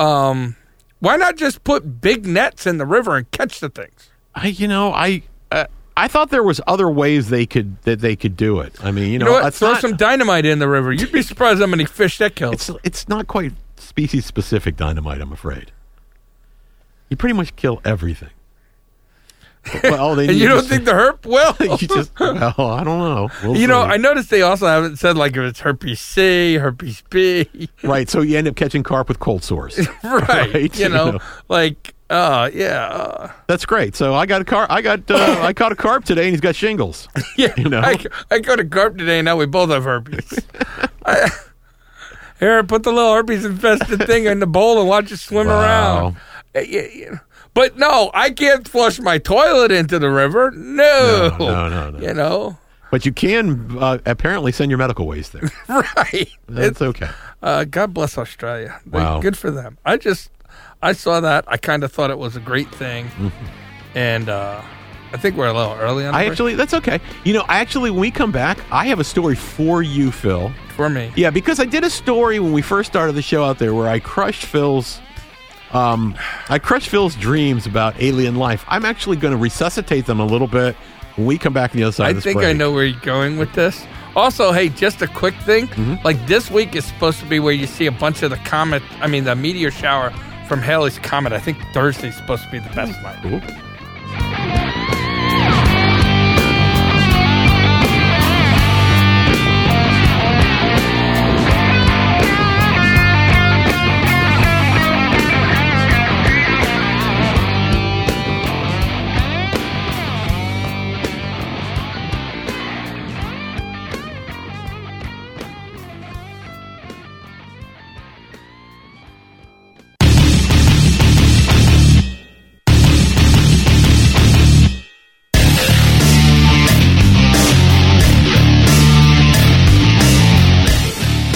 Um, why not just put big nets in the river and catch the things?
I you know I uh, I thought there was other ways they could that they could do it. I mean, you
You
know,
know what?
it's
Throw
not
some dynamite in the river.
*laughs*
You'd be surprised how many fish that kills.
it's it's not quite species specific dynamite. I'm afraid. You pretty much kill
*laughs*
everything. Well, then
and you, don't
just- *laughs*
think the herp will?
you just well, I don't know. We'll
You know,
see.
I noticed they also haven't said like if it's herpes C, herpes B, *laughs*
right? So you end up catching carp with cold sores.
right?
Right,
You
you *laughs*
know,
know.
like, uh, yeah, uh, *laughs*
That's great. So I got a car. I got uh, I caught a carp today, and he's got
*laughs*
shingles.
yeah.
You know.
I, I go to carp today, and now we both
*laughs*
have herpes. I, here, put the little herpes infested thing in the bowl and watch it swim
Wow.
around. Uh, yeah, yeah. But no, I can't flush my toilet into the river. No,
No, no, no, no.
You know, *laughs*
But you can uh, apparently send your medical waste there.
right?
That's okay.
Uh, God bless Australia. They-
Wow.
Good for them. I just, I saw that. I kind of thought it was a great thing. and uh, I think we're a little early on.
Mm-hmm.
the
I
break
actually, that's okay. You know, I actually, when we come back, I have a story for you, Phil.
for me.
Yeah, because I did a story when we first started the show out there where I crushed Phil's, um, I crushed Phil's dreams about alien life. I'm actually going to resuscitate them a little bit when we come back on the other side.
I
of this
think I
break.
know where you're going with this. Also, hey, just a quick thing.
Mm-hmm.
Like this week is supposed to be where you see a bunch of the comet. I mean, the meteor shower from Halley's comet. I think Thursday's supposed to be the best night.
Ooh.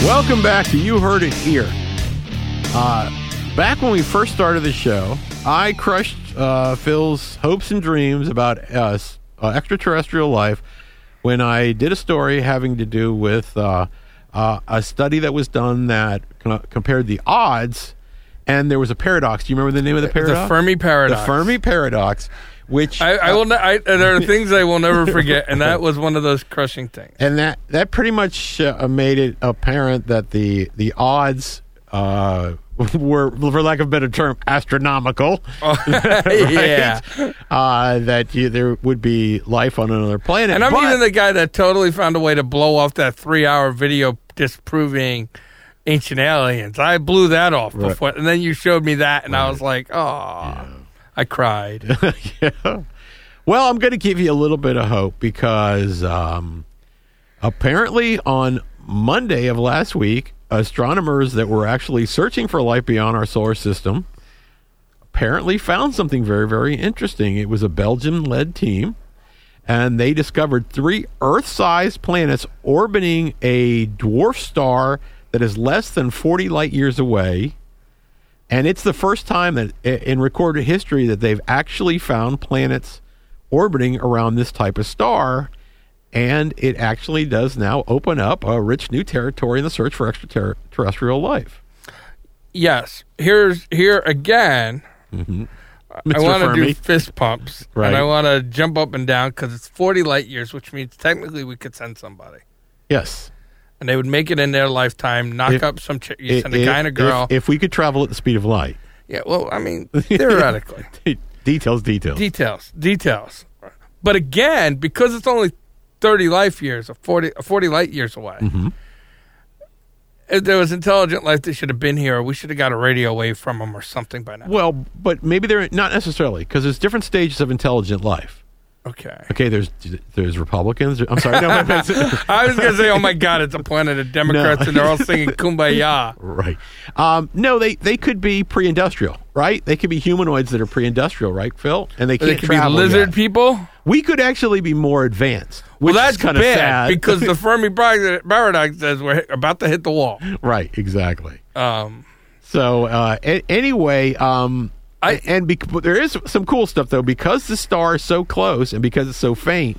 Welcome back to You Heard It Here. Uh, back when we first started the show, I crushed uh, Phil's hopes and dreams about uh, s- uh, extraterrestrial life when I did a story having to do with uh, uh, a study that was done that co- compared the odds, and there was a paradox. Do you remember the name of the paradox?
Fermi paradox.
The Fermi paradox, which
I, I will. Not, I,
*laughs*
there are things I will never forget, and that was one of those crushing things. *laughs*
and that that pretty much uh, made it apparent that the the odds uh, *laughs* were, for lack of a better term, astronomical.
Oh, yeah.
*laughs* uh, that you, there would be life on another planet.
And I'm
but,
even the guy that totally found a way to blow off that three hour video disproving ancient aliens. I blew that off before. And then you showed me that, and I was like, oh, I cried. *laughs*
*laughs* yeah. Well, I'm going to give you a little bit of hope because um, apparently on Monday of last week, astronomers that were actually searching for life beyond our solar system apparently found something very, very interesting. It was a Belgian led team, and they discovered three Earth sized planets orbiting a dwarf star that is less than 40 light years away. And it's the first time that i- in recorded history that they've actually found planets orbiting around this type of star. And it actually does now open up a rich new territory in the search for extraterrestrial life.
yes. Here's here again. I
Mr.
want to do
Mm-hmm. Fermi.
fist pumps,
Right.
and I want to jump up and down because it's 40 light years, which means technically we could send somebody.
yes.
And they would make it in their lifetime, knock
If-
up some chick. You
I-
send a guy and a
if-
girl.
If, we could travel at the speed of light, *laughs*
yeah, well, I mean, theoretically.
details, details.
details details but again because
Mm-hmm.
it's only 30 life years or 40, or 40 light years away If there was intelligent life, they should have been here. We should have got a radio wave from them or something by now.
Well, but maybe they're not necessarily because there's different stages of intelligent life.
Okay.
Okay, there's there's Republicans. I'm sorry, no, *laughs* that's-
I was gonna say, oh my God, it's a planet of Democrats and they're all
*laughs*
singing "Kumbaya."
right? Um, no, they they could be pre-industrial, right? They could be humanoids that are pre-industrial, right, Phil? And they
They
can't
could be
travel
lizard
yet.
people.
We could actually be more advanced. Which
Well, that's
kind
bad
of sad *laughs*
because the Fermi bar- paradox says we're hit- about to hit the wall.
right, exactly.
Um,
So uh, a- anyway, um,
I-
and bec- but there is some cool stuff though because the star is so close and because it's so faint,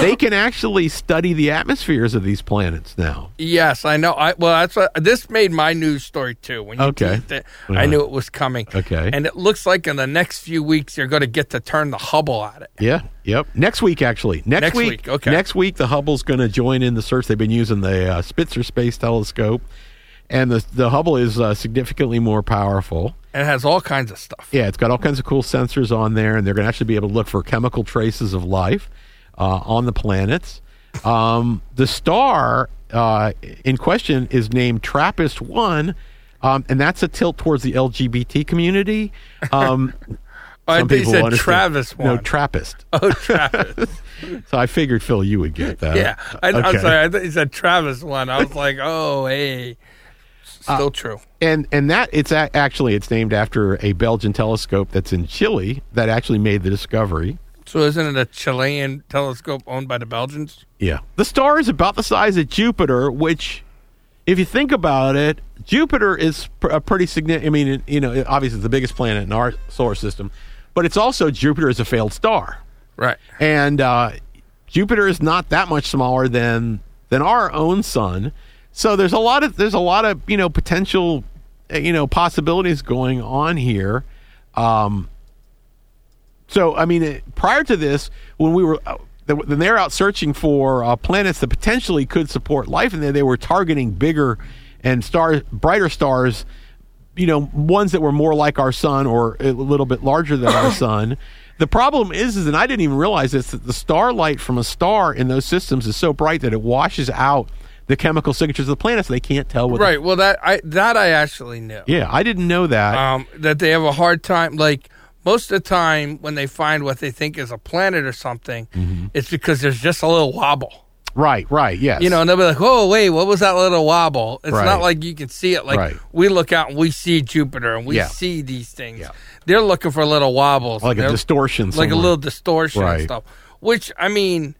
they can actually study the atmospheres of these planets now.
yes, I know. I well, that's what, this made my news story too. When you
Okay.
teased it,
Uh-huh.
I knew it was coming.
Okay.
and it looks like in the next few weeks you're going to get to turn the Hubble at it.
Yeah. Yep. Next week, actually. Next,
Next
week.
week, okay.
Next week, the Hubble's going to join in the search. They've been using the uh, Spitzer Space Telescope, and the the Hubble is uh, significantly more powerful.
And it has all kinds of stuff.
Yeah, it's got all kinds of cool sensors on there, and they're going to actually be able to look for chemical traces of life uh, on the planets. Um, the star uh, in question is named TRAPPIST 1. Um, and that's a tilt towards the LGBT community. *laughs* Um,
I
some
think you
people
said
understand-
Travis one.
No, Trappist.
*laughs* oh, Travis.
*laughs* So I figured, Phil, you would get that.
Yeah, I, I'm
Okay.
sorry. I thought you said Travis one. I was like, oh, hey,
Uh,
still true.
And and that it's a- actually it's named after a Belgian telescope that's in Chile that actually made the discovery.
So isn't it a Chilean telescope owned by the Belgians?
Yeah, the star is about the size of Jupiter, which, if you think about it, Jupiter is pr- a pretty significant. I mean, it- you know, it- obviously it's the biggest planet in our solar system, but it's also Jupiter is a failed star,
Right.
and uh, Jupiter is not that much smaller than than our own sun. So there's a lot of there's a lot of you know potential uh, you know possibilities going on here. Um, so I mean, it- prior to this, when we were uh, they- when they're out searching for uh, planets that potentially could support life, and they they were targeting bigger and stars, brighter stars, you know, ones that were more like our sun or a little bit larger than
*coughs*
our sun. The problem is, is, and I didn't even realize this, that the starlight from a star in those systems is so bright that it washes out the chemical signatures of the planets. They can't tell what.
Right. Well, that I that I actually knew.
yeah, I didn't know that.
Um, that they have a hard time. Like most of the time, when they find what they think is a planet or something,
Mm-hmm.
it's because there's just a little wobble.
right. Right. Yes.
You know, and they'll be like, "Oh, wait, what was that little wobble?" It's
Right.
not like you can see it. Like
Right.
we look out and we see Jupiter and we
Yeah.
see these things.
Yeah.
They're looking for little wobbles,
like a
They're-
distortion.
like a
somewhere.
little distortion
Right.
and stuff. Which I mean,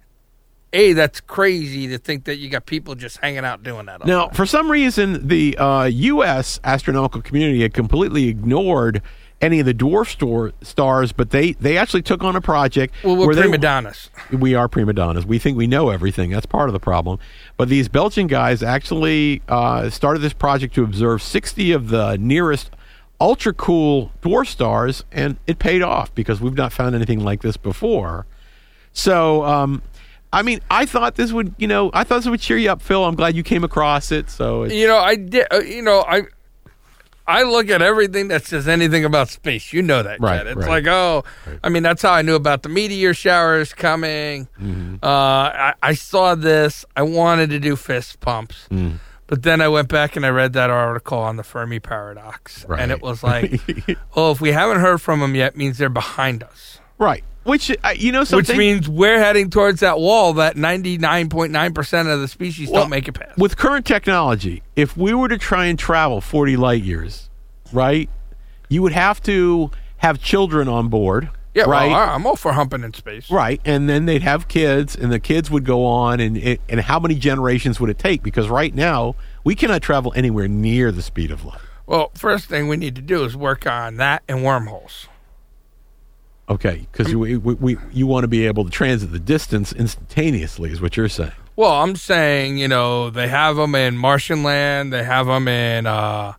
a that's crazy to think that you got people just hanging out doing that. all
Now, for some reason, the uh, U.S. astronomical community had completely ignored any of the dwarf stor- stars, but they, they actually took on a project
Well, we're
where they-
prima donnas.
We are prima donnas. We think we know everything. That's part of the problem. But these Belgian guys actually uh, started this project to observe 60 of the nearest ultra cool dwarf stars, and it paid off because we've not found anything like this before. So, um, I mean, I thought this would, you know, I thought this would cheer you up, Phil. I'm glad you came across it. So, it's,
You know, I did. uh, You know, I I look at everything that says anything about space. You know that,
Right,
Jed. It's
right.
like, oh, I mean, that's how I knew about the meteor showers coming.
Mm-hmm.
Uh, I, I saw this. I wanted to do fist pumps.
Mm.
But then I went back and I read that article on the Fermi paradox, and
Right.
it
*laughs*
was like, "Oh, if we haven't heard from them yet, means they're behind us."
right. Which, uh, you know, something.
Which means we're heading towards that wall that 99.9% of the species
Well,
don't make it past.
with current technology, if we were to try and travel 40 light years, right, you would have to have children on board.
yeah,
right.
well, I- I'm all for humping in space.
Right, and then they'd have kids, and the kids would go on, and it, and how many generations would it take? Because right now we cannot travel anywhere near the speed of light.
Well, first thing we need to do is work on that and wormholes.
Okay, because we, we, we you want to be able to transit the distance instantaneously, is what you're saying.
Well, I'm saying, you know, they have them in Martian Land, they have them in uh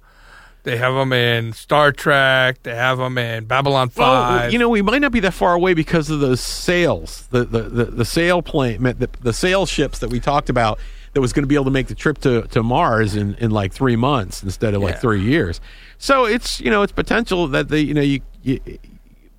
they have them in Star Trek, they have them in Babylon 5.
Well, Oh, you know, we might not be that far away because of those sails, the the the, the sail plane, the, the sail ships that we talked about that was going to be able to make the trip to, to Mars in, in like three months instead of like
Yeah.
three years. So it's you know it's potential that the you know you, you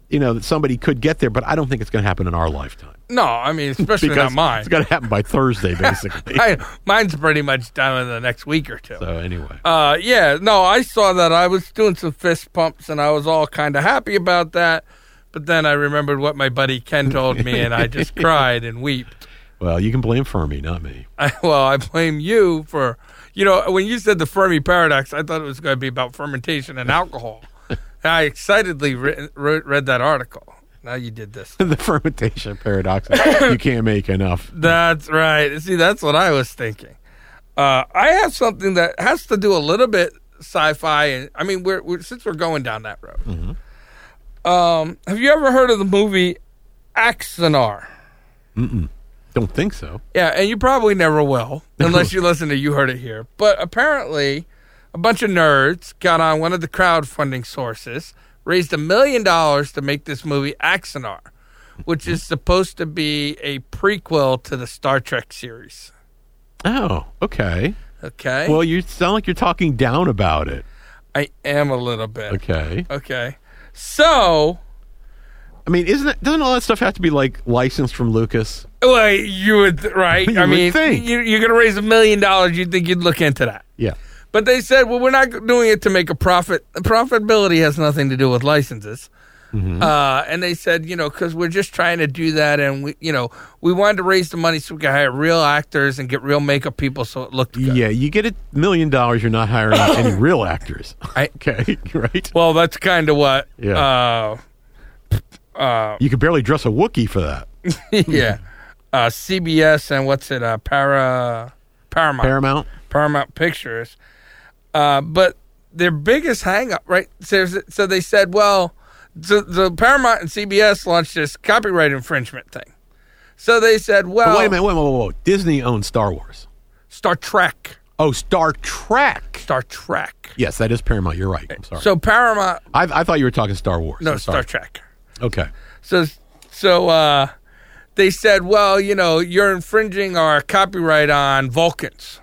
you know that somebody could get there, but I don't think it's going to happen in our lifetime.
No, I mean, especially
Because
not mine.
it's going to happen by Thursday, basically.
*laughs* I, mine's pretty much done in the next week or two.
so anyway,
Uh, yeah, no, I saw that. I was doing some fist pumps, and I was all kind of happy about that. But then I remembered what my buddy Ken told me, and
*laughs*
I just cried and weeped.
well, you can blame Fermi, not me. *laughs*
*laughs* I, well, I blame you for, you know, when you said the Fermi paradox, I thought it was going to be about fermentation and alcohol. and I excitedly re- re- read that article. Now you did this.
the fermentation paradox. you can't make enough.
That's right. See, that's what I was thinking. Uh, I have something that has to do a little bit sci-fi, and I mean, we're, we're since we're going down that road. Um, have you ever heard of the movie Axonar?
Don't think so.
Yeah, and you probably
*laughs*
never will unless you listen to you heard it here. But apparently, a bunch of nerds got on one of the crowdfunding sources, raised a million dollars to make this movie Axonar, which is supposed to be a prequel to the Star Trek series.
Oh, okay.
Okay.
Well, you sound like you're talking down about it.
I am a little bit. Okay.
Okay.
So,
I mean, isn't it, doesn't all that stuff have to be like licensed from Lucas?
well, you would, right?
*laughs* You
I
would
mean,
think.
You, you're going to raise a million dollars. You'd think you'd look into that.
Yeah.
But they said, well, we're not doing it to make a profit. Profitability has nothing to do with licenses.
Mm-hmm.
Uh, and they said, you know, because we're just trying to do that. And we, you know, we wanted to raise the money so we could hire real actors and get real makeup people so it looked good.
Yeah, you get a million dollars, you're not
*coughs*
hiring any real actors.
I-
*laughs* okay, right?
Well, that's kind of what.
Yeah.
Uh,
You could barely dress a Wookiee for that. *laughs*
yeah. Uh, CBS and what's it? Uh, Para Paramount.
Paramount?
Paramount Pictures. Uh, but their biggest hang up, right? So, so they said, well, the, the Paramount and CBS launched this copyright infringement thing. So they said, well,
But wait a minute, wait, wait, wait, wait. Disney owns Star Wars.
Star Trek.
Oh, Star Trek.
Star Trek.
Yes, that is Paramount. You're right. I'm sorry.
So Paramount,
I, I thought you were talking Star Wars.
no,
I'm
Star
sorry.
Trek.
Okay.
So, so uh, they said, well, you know, you're infringing our copyright on Vulcans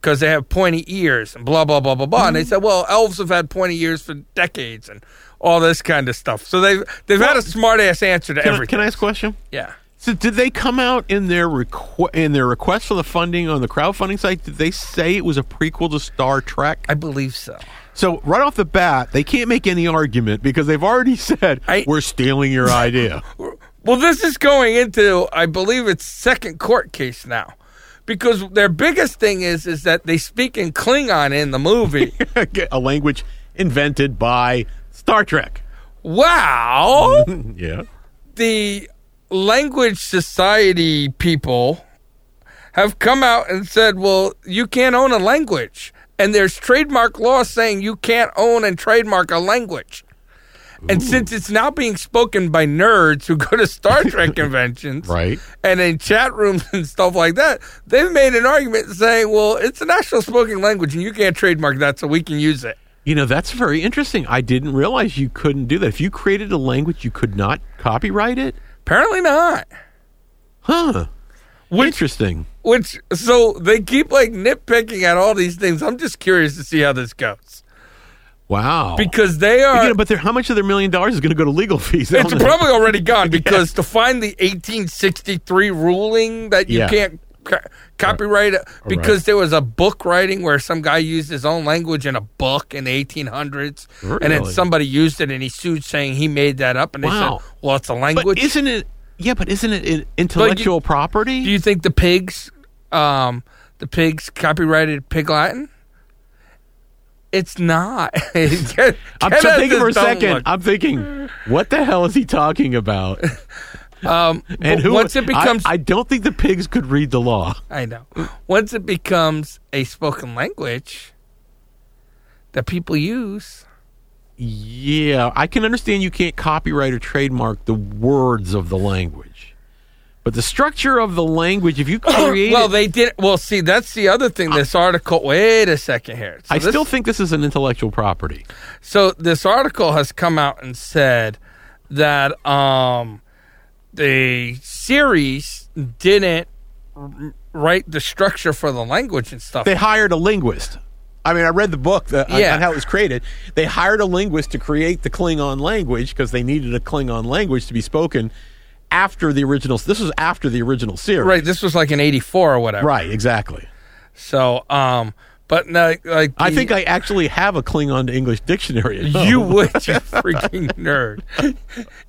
because they have pointy ears and blah, blah, blah, blah, blah. And
Mm-hmm.
they said, well, elves have had pointy ears for decades and all this kind of stuff. So they've, they've had a smart ass answer to
Can I,
everything.
can I ask a question?
yeah.
So did they come out in their requ- in their request for the funding on the crowdfunding site? Did they say it was a prequel to Star Trek?
I believe so.
So right off the bat, they can't make any argument because they've already *laughs* said
I-
we're stealing your idea. *laughs*
Well, this is going into, I believe it's second court case now. Because their biggest thing is is that they speak in Klingon in the movie.
*laughs* a language invented by Star Trek.
wow.
Yeah.
the language society people have come out and said, well, you can't own a language. And there's trademark law saying you can't own and trademark a language. And since it's now being spoken by nerds who go to Star Trek conventions
Right.
and in chat rooms and stuff like that, they've made an argument saying, well, it's an actual spoken language and you can't trademark that, so we can use it.
You know, that's very interesting. I didn't realize you couldn't do that. If you created a language, you could not copyright it?
Apparently not.
Huh. interesting.
Which so they keep like nitpicking at all these things. I'm just curious to see how this goes
Wow.
because they are.
you know, but their- how much of their million dollars is going to go to legal fees? I
it's
don't know.
probably
*laughs*
already gone because to find the 1863 ruling that you
Yeah.
can't co- copyright it because there was a book writing where some guy used his own language in a book in the 1800s, and then
Really?
somebody used it and he sued saying he made that up, and they
Wow.
said, "Well, it's a
But
language."
isn't it? Yeah, but isn't it in- intellectual property?
Do you think the pigs, um, the pigs copyrighted pig Latin? It's not. *laughs* Get-
I'm
get
just
out
thinking
this
for a
dumb
second.
look.
I'm thinking, what the hell is he talking
*laughs*
about?
Um,
And
but
who?
once it becomes,
I,
I,
I don't think the pigs could read the law.
know. Once it becomes a spoken language that people use,
Yeah, I can understand you can't copyright or trademark the words of the language, but the structure of the language. If you create,
*coughs* well,
it-
they did. Well, see, that's the other thing. This article. Wait a second here. So
I
this-
still think this is an intellectual property.
So this article has come out and said that um, the series didn't r- write the structure for the language and stuff.
They hired a linguist. I mean, I read the book the, on-
Yeah.
on how it was created. They hired a linguist to create the Klingon language because they needed a Klingon language to be spoken after the original. This was after the original series.
Right. This was like in '84 or whatever.
Right, exactly.
So, um, but no, like
I
the-
think I actually have a Klingon to English dictionary. at home. *laughs*
You would, *laughs* you freaking nerd.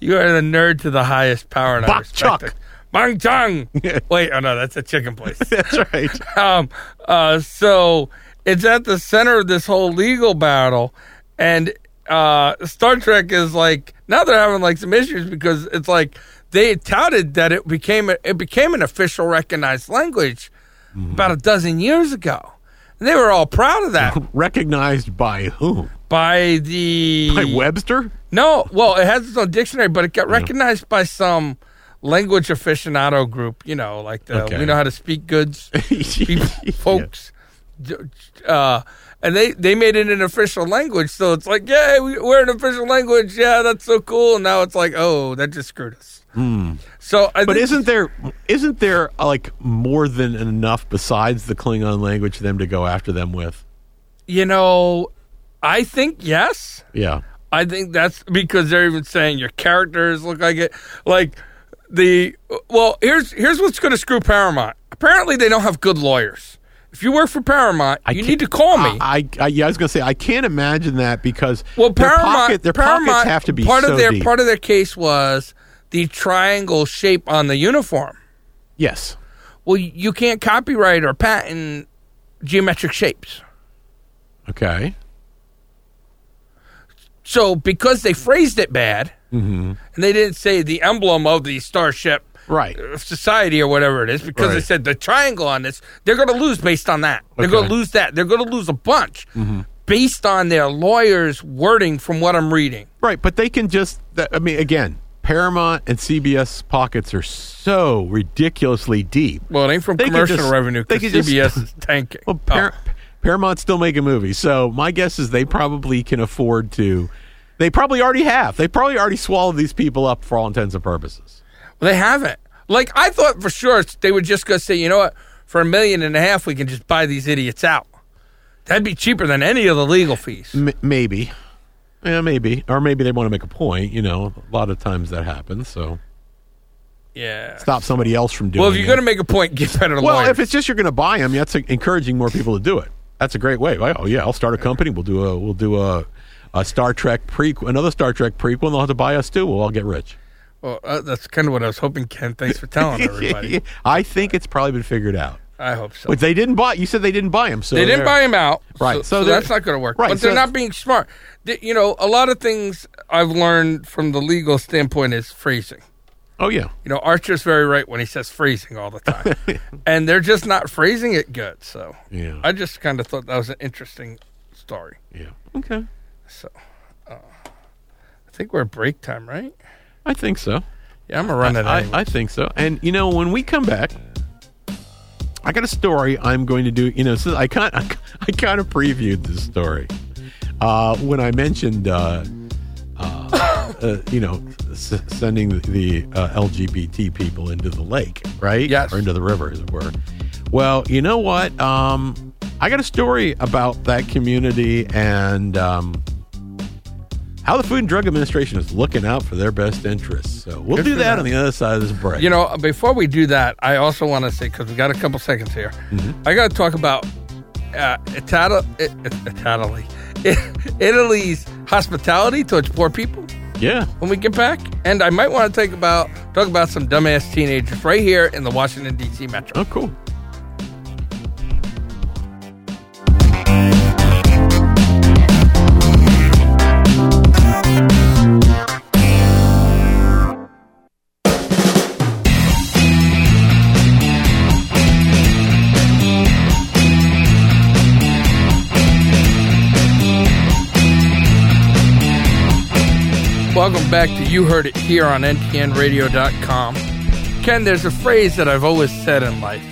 You are the nerd to the highest power. And I
Bok
respect
chuck.
it. Bang Chung.
*laughs*
Wait, oh no, that's a chicken place.
That's right.
um, uh, so it's at the center of this whole legal battle, and uh, Star Trek is like now they're having like some issues because it's like they touted that it became a, it became an official recognized language
Mm-hmm.
about a dozen years ago, and they were all proud
*laughs*
of that
Recognized by whom?
by the
By Webster? *laughs*
no, well, it has its own dictionary, but it got recognized by some language aficionado group. You know, like the
Okay.
we know how to speak
*laughs*
goods speak folks. Uh, and they, they made it an official language, so it's like, yeah, we, we're an official language. Yeah, that's so cool. And now it's like, oh, that just screwed us. So, I
Hmm. But
think-
isn't there isn't there uh, like more than enough besides the Klingon language for them to go after them with?
you know, I think yes.
Yeah.
I think that's because they're even saying your characters look like it. Like the well, here's here's what's going to screw Paramount. Apparently, they don't have good lawyers. If you work for Paramount, you
can't-
need to call me.
I, I yeah, I was gonna say I can't imagine that because
well,
their
Paramount,
pocket, their
Paramount,
pockets have to be
part
so
of their
deep.
part of their case was the triangle shape on the uniform.
yes,
Well, you can't copyright or patent geometric shapes.
okay,
So because they phrased it bad,
Mm-hmm.
and they didn't say the emblem of the starship
right,
society or whatever it is because they
Right.
said the triangle on this they're going to lose based on that they're going
Okay. Mm-hmm.
to lose that they're going to lose a bunch based on their lawyers wording from what i'm reading
right. But they can just. that- I mean, again, Paramount and CBS pockets are so ridiculously deep.
well it ain't from
They could
commercial
just-
revenue
they
because
could just- *laughs*
cbs is tanking
Well, Par-
Oh.
Paramount's still making movies, so my guess is they probably can afford to. They probably already have. They probably already swallowed these people up for all intents and purposes.
Well, they haven't like i thought for sure they were just going to say you know what for a million and a half we can just buy these idiots out that'd be cheaper than any of the legal fees
M- maybe, yeah, maybe, or maybe they want to make a point. You know, a lot of times that happens. So
yeah
stop somebody else from doing.
well if you're
it.
going to make a point get better
Well,
lawyers
if it's just you're going to buy them, that's encouraging more people to do it. That's a great way. Like, oh yeah, I'll start a company. We'll do a we'll do a, a Star Trek prequel, another Star Trek prequel, and they'll have to buy us too. We'll all get rich.
well, uh, that's kind of what i was hoping ken thanks for
*laughs*
telling everybody
I think it's probably been figured out.
i hope so
But they didn't buy. You said they didn't buy them. So
they didn't
they're-
buy him out,
Right,
So,
so
so
they're-
that's not going to work.
right,
but they're
so-
not being smart. They- you know, a lot of things I've learned from the legal standpoint is phrasing.
Oh yeah,
You know, Archer's very right when he says phrasing all
*laughs*
the time, and they're just not phrasing it good. So
Yeah.
I just kind of thought that was an interesting story.
yeah. Okay,
So uh, I think we're at break time, right?
I think so.
Yeah, I'm gonna run it.
I,
anyway.
I think so. And you know, when we come back, I got a story I'm going to do. You know, since I kind *laughs* I, kind of previewed this story uh, when I mentioned, uh, uh, *coughs* uh, you know, s- sending the uh, LGBT people into the lake, right?
Yes.
or into the river, as it were. Well, you know what? Um, I got a story about that community and. Um, how the Food and Drug Administration is looking out for their best interests. So we'll do
for
that
them.
on the other side of this break.
You know, before we do that, I also want to say because we got a couple seconds here,
Mm-hmm.
I got to talk about uh, Itali- Italy, *laughs* Italy's hospitality towards poor people
yeah.
when we get back, and I might want to talk about talk about some dumbass teenagers right here in the Washington D.C. metro.
Oh, cool.
Welcome back to You Heard It here on NTNRadio.com. Ken, there's a phrase that I've always said in life,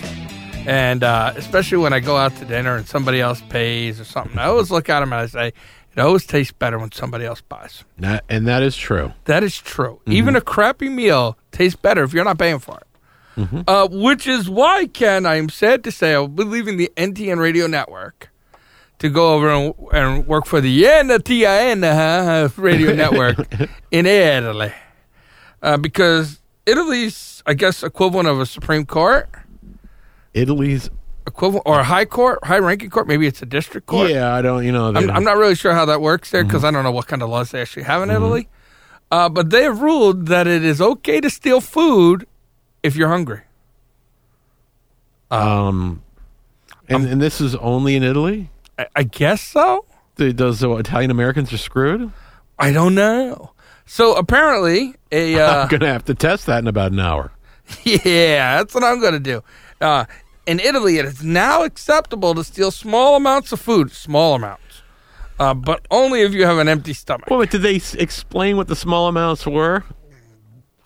and uh, especially when I go out to dinner and somebody else pays or something, I always look at them and I say, "It always tastes better when somebody else buys."
That, and that is true.
That is true. Even a crappy meal tastes better if you're not paying for it. Uh, which is why, Ken, I am sad to say I will be leaving the NTN Radio Network to go over and, and work for the NTN uh, radio network in Italy. Uh, because Italy's, I guess, equivalent of a Supreme Court,
Italy's.
equivalent or a high court, high ranking court. Maybe it's a district court.
Yeah, I don't. You know, they
I'm,
don't-
I'm not really sure how that works there
Mm-hmm.
because I don't know what kind of laws they actually have in Italy. Uh, but they have ruled that it is okay to steal food if you're hungry.
Um, and, and this is only in Italy.
I, I guess so.
Th- Those uh, Italian Americans are screwed.
I don't know. So apparently, a uh,
*laughs* I'm gonna have to test that in about an hour.
*laughs* yeah, that's what I'm going to do. Uh, in Italy, it is now acceptable to steal small amounts of food, small amounts, uh, but only if you have an empty stomach.
Well, but did they s- explain what the small amounts were?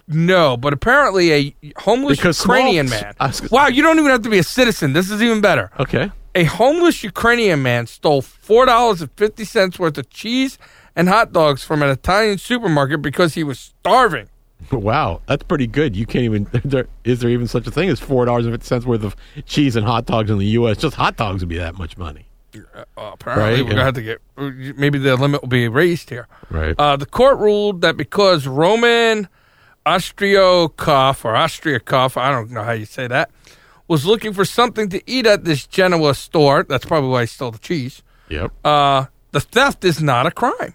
No, but apparently, a homeless
Because small-
Ukrainian man.
I was-
Wow, you don't even have to be a citizen. This is even better.
Okay.
A homeless Ukrainian man stole $4.50 worth of cheese and hot dogs from an Italian supermarket because he was starving.
Wow, that's pretty good. You can't even. *laughs* There, is there even such a thing as four dollars and fifty cents worth of cheese and hot dogs in the U.S.? Just hot dogs would be that much money,
Uh, apparently,
Right,
we're going to
yeah.
have to get uh, maybe the limit will be raised here.
right?
Uh, the court ruled that because Roman Ostriakov or Ostriakov, I don't know how you say that, was looking for something to eat at this Genoa store, that's probably why he stole the cheese.
yep.
uh, the theft is not a crime.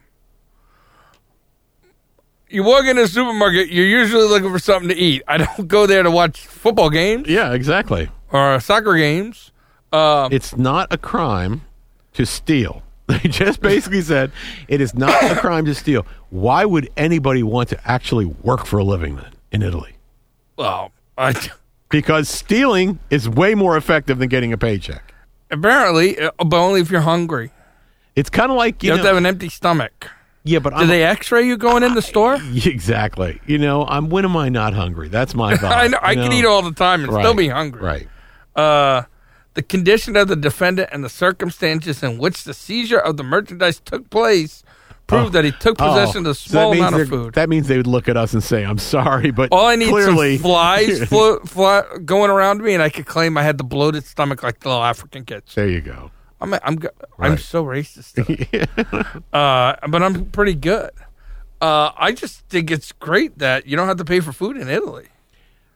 You walk into a supermarket, you're usually looking for something to eat. I don't go there to watch football games
yeah, exactly.
or soccer games. Uh,
It's not a crime to steal. *laughs* They just basically said it is not a crime to steal. Why would anybody want to actually work for a living then in Italy?
well, I,
Because stealing is way more effective than getting a paycheck.
apparently, uh, but only if you're hungry.
It's kind of like
You,
you,
have
know,
to have an empty stomach.
yeah, but
Do
I'm,
they X-ray you going in the store?
*laughs* exactly. You know, I'm when am I not hungry? That's my vibe.
*laughs* I know I
you
can eat all the time and still
Right,
be hungry.
Right.
Uh, the condition of the defendant and the circumstances in which the seizure of the merchandise took place prove that he took possession
Oh,
of a
so that
small
means
amount of
they're-
food.
That means they would look at us and say, "I'm sorry, but
All I need
clearly
is
*laughs*
some flies flo- fly, going around me, and I could claim I had the bloated stomach like the little African kids.
There you go.
I'm I'm go- I'm
Right.
so
*laughs*
racist, today. uh, but I'm pretty good. Uh, I just think it's great that you don't have to pay for food in Italy.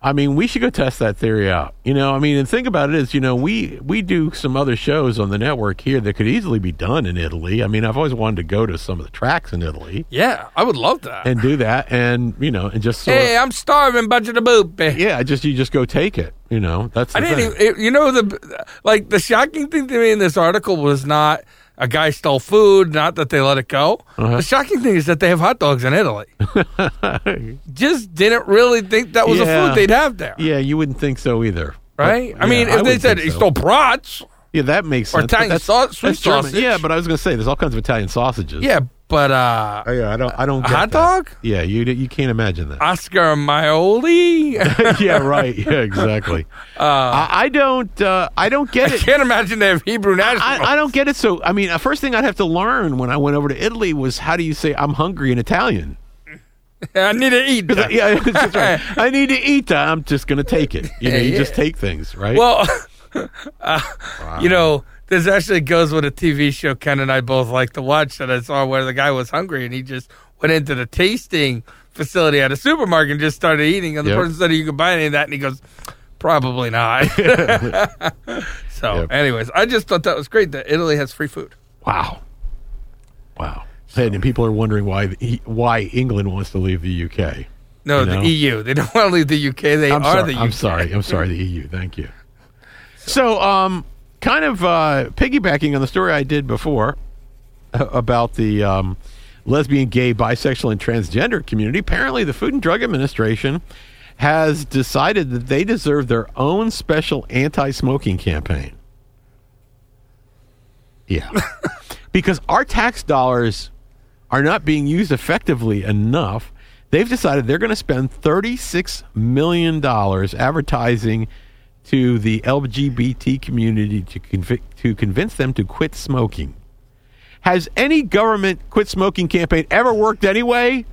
I mean, we should go test that theory out. You know, I mean, and think about it is, you know, we we do some other shows on the network here that could easily be done in Italy. I mean, I've always wanted to go to some of the tracks in Italy
Yeah, I would love that.
and do that, and you know, and just sort
hey,
of,
I'm starving, budget a boop. eh.
yeah, just you just go take it. You know, that's the
I didn't.
thing.
Even, it- you know the like the shocking thing to me in this article was not a guy stole food, not that they let it go.
Uh-huh.
The shocking thing is that they have hot dogs in Italy. Just didn't really think that was a
Yeah.
food they'd have there,
*laughs* yeah, you wouldn't think so either,
right?
But,
I mean,
yeah,
if they
would
said
think
he
so.
stole brats,
yeah, that makes
or
sense. but
Italian
that's-
sau- sweet
that's German.
sausage.
Yeah, but I was going to say there's all kinds of Italian sausages.
yeah, but uh,
Oh, yeah, I don't. I don't. Get
hot
that.
dog?
Yeah, you you can't imagine that. *laughs*
Oscar Maioli.
yeah, right. Yeah, *laughs* exactly. I, I don't. Uh, I don't get it.
*laughs* Can't imagine they have Hebrew national.
I, I don't get it. So, I mean, the first thing I'd have to learn when I went over to Italy was how do you say "I'm hungry" in Italian?
I need to eat.
'Cause I- *laughs* yeah, it's just right. I need to eat. uh, I'm just going to take it. You know, you
Yeah.
just take things, right?
Well, *laughs* uh, you know, this actually goes with a TV show Ken and I both like to watch that I saw where the guy was hungry and he just went into the tasting facility at a supermarket and just started eating. And the
Yep.
person said, You can buy any of that. And he goes, Probably
*laughs*
not. *laughs* so,
Yep.
anyways, I just thought that was great that Italy has free food.
wow, wow. And people are wondering why the, E- why England wants to leave the UK.
No,
You
the
know?
EU. They don't *laughs* want to leave the UK. They
I'm
are
sorry.
the UK.
I'm sorry. I'm sorry. The EU. Thank you. So, um, kind of uh, piggybacking on the story I did before uh, about the um, lesbian, gay, bisexual, and transgender community. Apparently, the Food and Drug Administration has decided that they deserve their own special anti-smoking campaign. Yeah. *laughs* because our tax dollars are not being used effectively enough. They've decided they're going to spend $36 million advertising to the LGBT community to, convi- to convince them to quit smoking. Has any government quit smoking campaign ever worked anyway?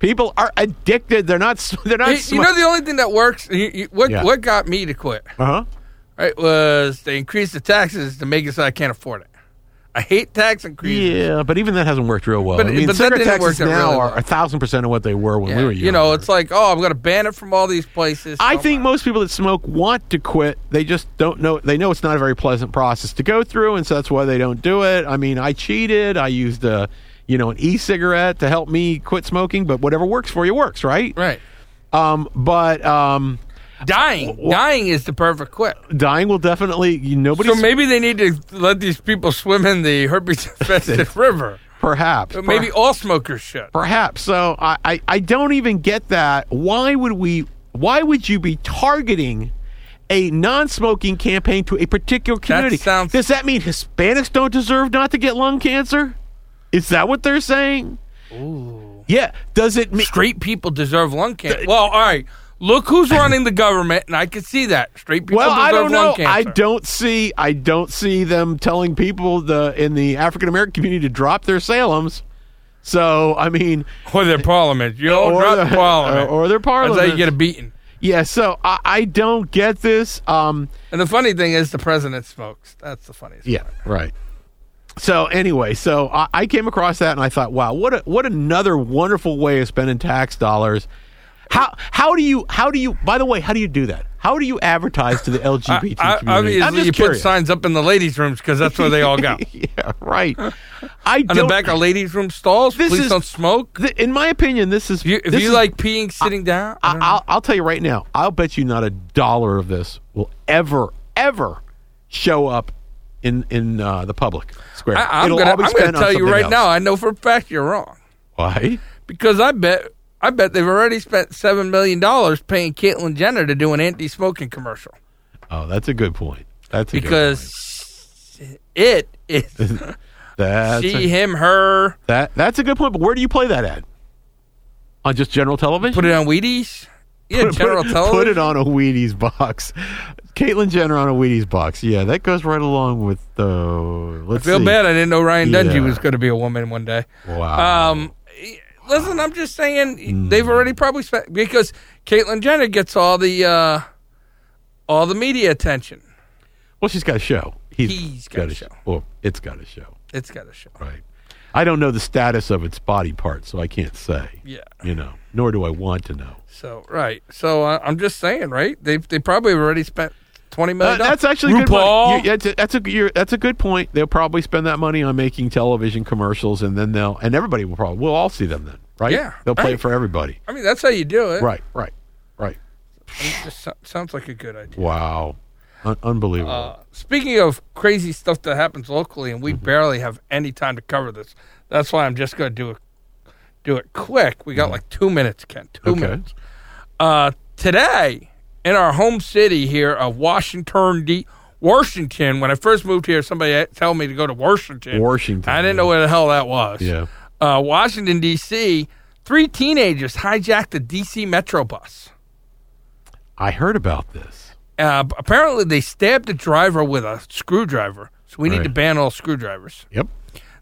People are addicted. They're not. s- They're not.
You- You know, the only thing that works, you- you- what,
Yeah.
what got me to quit?
uh huh.
right, was they increased the taxes to make it so I can't afford it. I hate tax increases.
Yeah, but even that hasn't worked real well.
But-
I mean,
but that
cigarette
didn't work
taxes
out
now
really
are
well.
a thousand percent of what they were when we
Yeah,
were younger.
you know, it's like, oh, I'm going to ban it from all these places.
I
Oh,
think
my-
most people that smoke want to quit. They just don't know. They know it's not a very pleasant process to go through, and so that's why they don't do it. I mean, I cheated. I used a, you know, an e-cigarette to help me quit smoking. But whatever works for you works, right?
right.
Um, but um,
Dying, dying is the perfect quit.
dying will definitely. Nobody.
So maybe they need to let these people swim in
*laughs*
the herpes-infested river.
perhaps.
But Maybe all smokers should.
Perhaps. So I, I, I don't even get that. Why would we? Why would you be targeting a non-smoking campaign to a particular community?
sounds-
Does that mean Hispanics don't deserve not to get lung cancer? Is that what they're saying? Yeah. Does it mean?
Straight people deserve lung cancer. Well, all right.
*laughs*
Look who's running the government, and I can see that straight people
Well,
deserve
I don't know.
lung cancer.
I don't see. I don't see them telling people the in the African American community to drop their Salems. So I mean,
Or their parliament. You all
Or
Oh, drop
the-
the
*laughs*
parliament.
or their
That's how
parliament.
you get a beating.
yeah. So I, I don't get this. Um,
And the funny thing is, the president smokes. That's the funniest.
Yeah, right. So anyway, so I, I came across that and I thought, wow, what a, what another wonderful way of spending tax dollars. How how do you how do you by the way how do you do that? How do you advertise to the LGBT
*laughs* I,
community? I'm
obviously,
just
you
curious.
put signs up in the ladies' rooms because that's where they
*laughs*
all go.
yeah,
*laughs*
right. I
On the
don't.
back of ladies' room stalls.
This
please
is-
don't smoke.
th- in my opinion, this is
If you, if
this
you
is-
like peeing sitting down, I
I,
don't know.
I'll, I'll tell you right now. I'll bet you not a dollar of this will ever ever show up in in uh, the public square.
I, am
It'll
gonna,
all be
I'm gonna
spent on
tell you
something
right
else.
now. I know for a fact you're wrong
Why?
because I bet I bet they've already spent seven million dollars paying Caitlyn Jenner to do an anti-smoking commercial
Oh, that's a good point. That's a good
because it is
point. *laughs* that's
she,
a,
him, her.
that that's a good point. But where do you play that ad? On just general television?
Put it
*laughs*
on Wheaties. Yeah,
Put-
General
put,
Television.
Put it on a Wheaties box. Caitlyn Jenner on a Wheaties box. Yeah, that goes right along with the. Let's
Feel
see.
bad I didn't know Ryan Dungey
Yeah.
was going to be a woman one day.
Wow. Mm.
Um, e- listen, I'm just saying they've already probably spent because Caitlyn Jenner gets all the uh, all the media attention.
well, she's got a show. He's,
He's got a show.
Well, it's got a show.
It's got a show.
Right. I don't know the status of its body part, so I can't say.
Yeah.
You know, nor do I want to know.
So right. So uh, I'm just saying, right? They they probably have already spent twenty
Uh,
million.
that's actually a good
RuPaul.
money. You- that's a, that's a you're, that's a good point. They'll probably spend that money on making television commercials, and then they'll and everybody will probably we'll all see them then, right?
Yeah,
they'll play
right.
it for everybody.
I mean, that's how you do it.
Right, right, right.
It just so- sounds like a good idea.
Wow, Un- unbelievable. Mm-hmm.
Uh, speaking of crazy stuff that happens locally, and we barely have any time to cover this. That's why I'm just going to do it. Do it quick. We got like two minutes, Ken. Two
Mm-hmm. Okay.
minutes. Uh, today, in our home city here of Washington, D. Washington. When I first moved here, somebody had- told me to go to Washington.
Washington,
I didn't know
yeah.
where the hell that was.
Yeah.
Uh, Washington D.C. Three teenagers hijacked the D.C. Metro bus.
I heard about this.
Uh, apparently, they stabbed the driver with a screwdriver. So we
Right.
need to ban all screwdrivers.
Yep,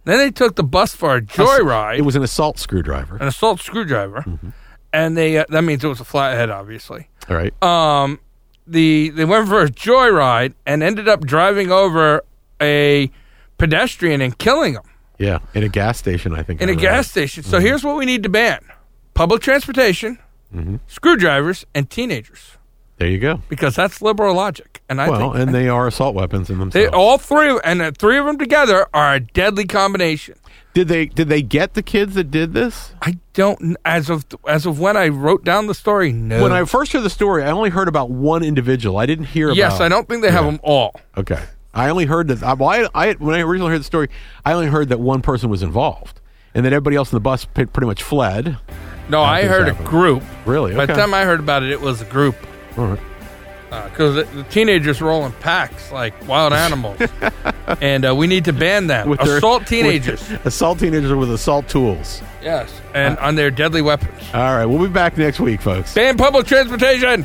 Then they took the bus for a joyride,
it was an assault screwdriver.
an assault screwdriver,
Mm-hmm.
and they uh, that means it was a flathead, obviously.
All right.
Um, the they went for a joyride and ended up driving over a pedestrian and killing him
yeah, in a gas station, I think.
in
I
a
read.
gas station.
Mm-hmm.
So here's what we need to ban: public transportation,
Mm-hmm.
screwdrivers, and teenagers,
There you go.
because that's liberal logic. And I
Well,
think
and they are assault weapons in
they,
themselves.
all three and the three of them together are a deadly combination.
did they did they get the kids that did this?
I don't kn- as of as of when I wrote down the story. No,
When I first heard the story, I only heard about one individual. I didn't hear
yes,
about
I don't think they have them all.
Okay. I only heard that. I, well, I, I when I originally heard the story, I only heard that one person was involved, and that everybody else in the bus p- pretty much fled.
No, I
think
heard
it's
a
happened.
group.
Really?
By the
Okay.
time I heard about it, it was a group
All right.
because the teenagers roll in packs like
*laughs*
wild animals, and uh, we need to ban that.
With their-
Assault
with- Uh.
teenagers,
*laughs* assault teenagers with assault tools.
yes, and on their deadly weapons.
All right, we'll be back next week, folks.
Ban public transportation.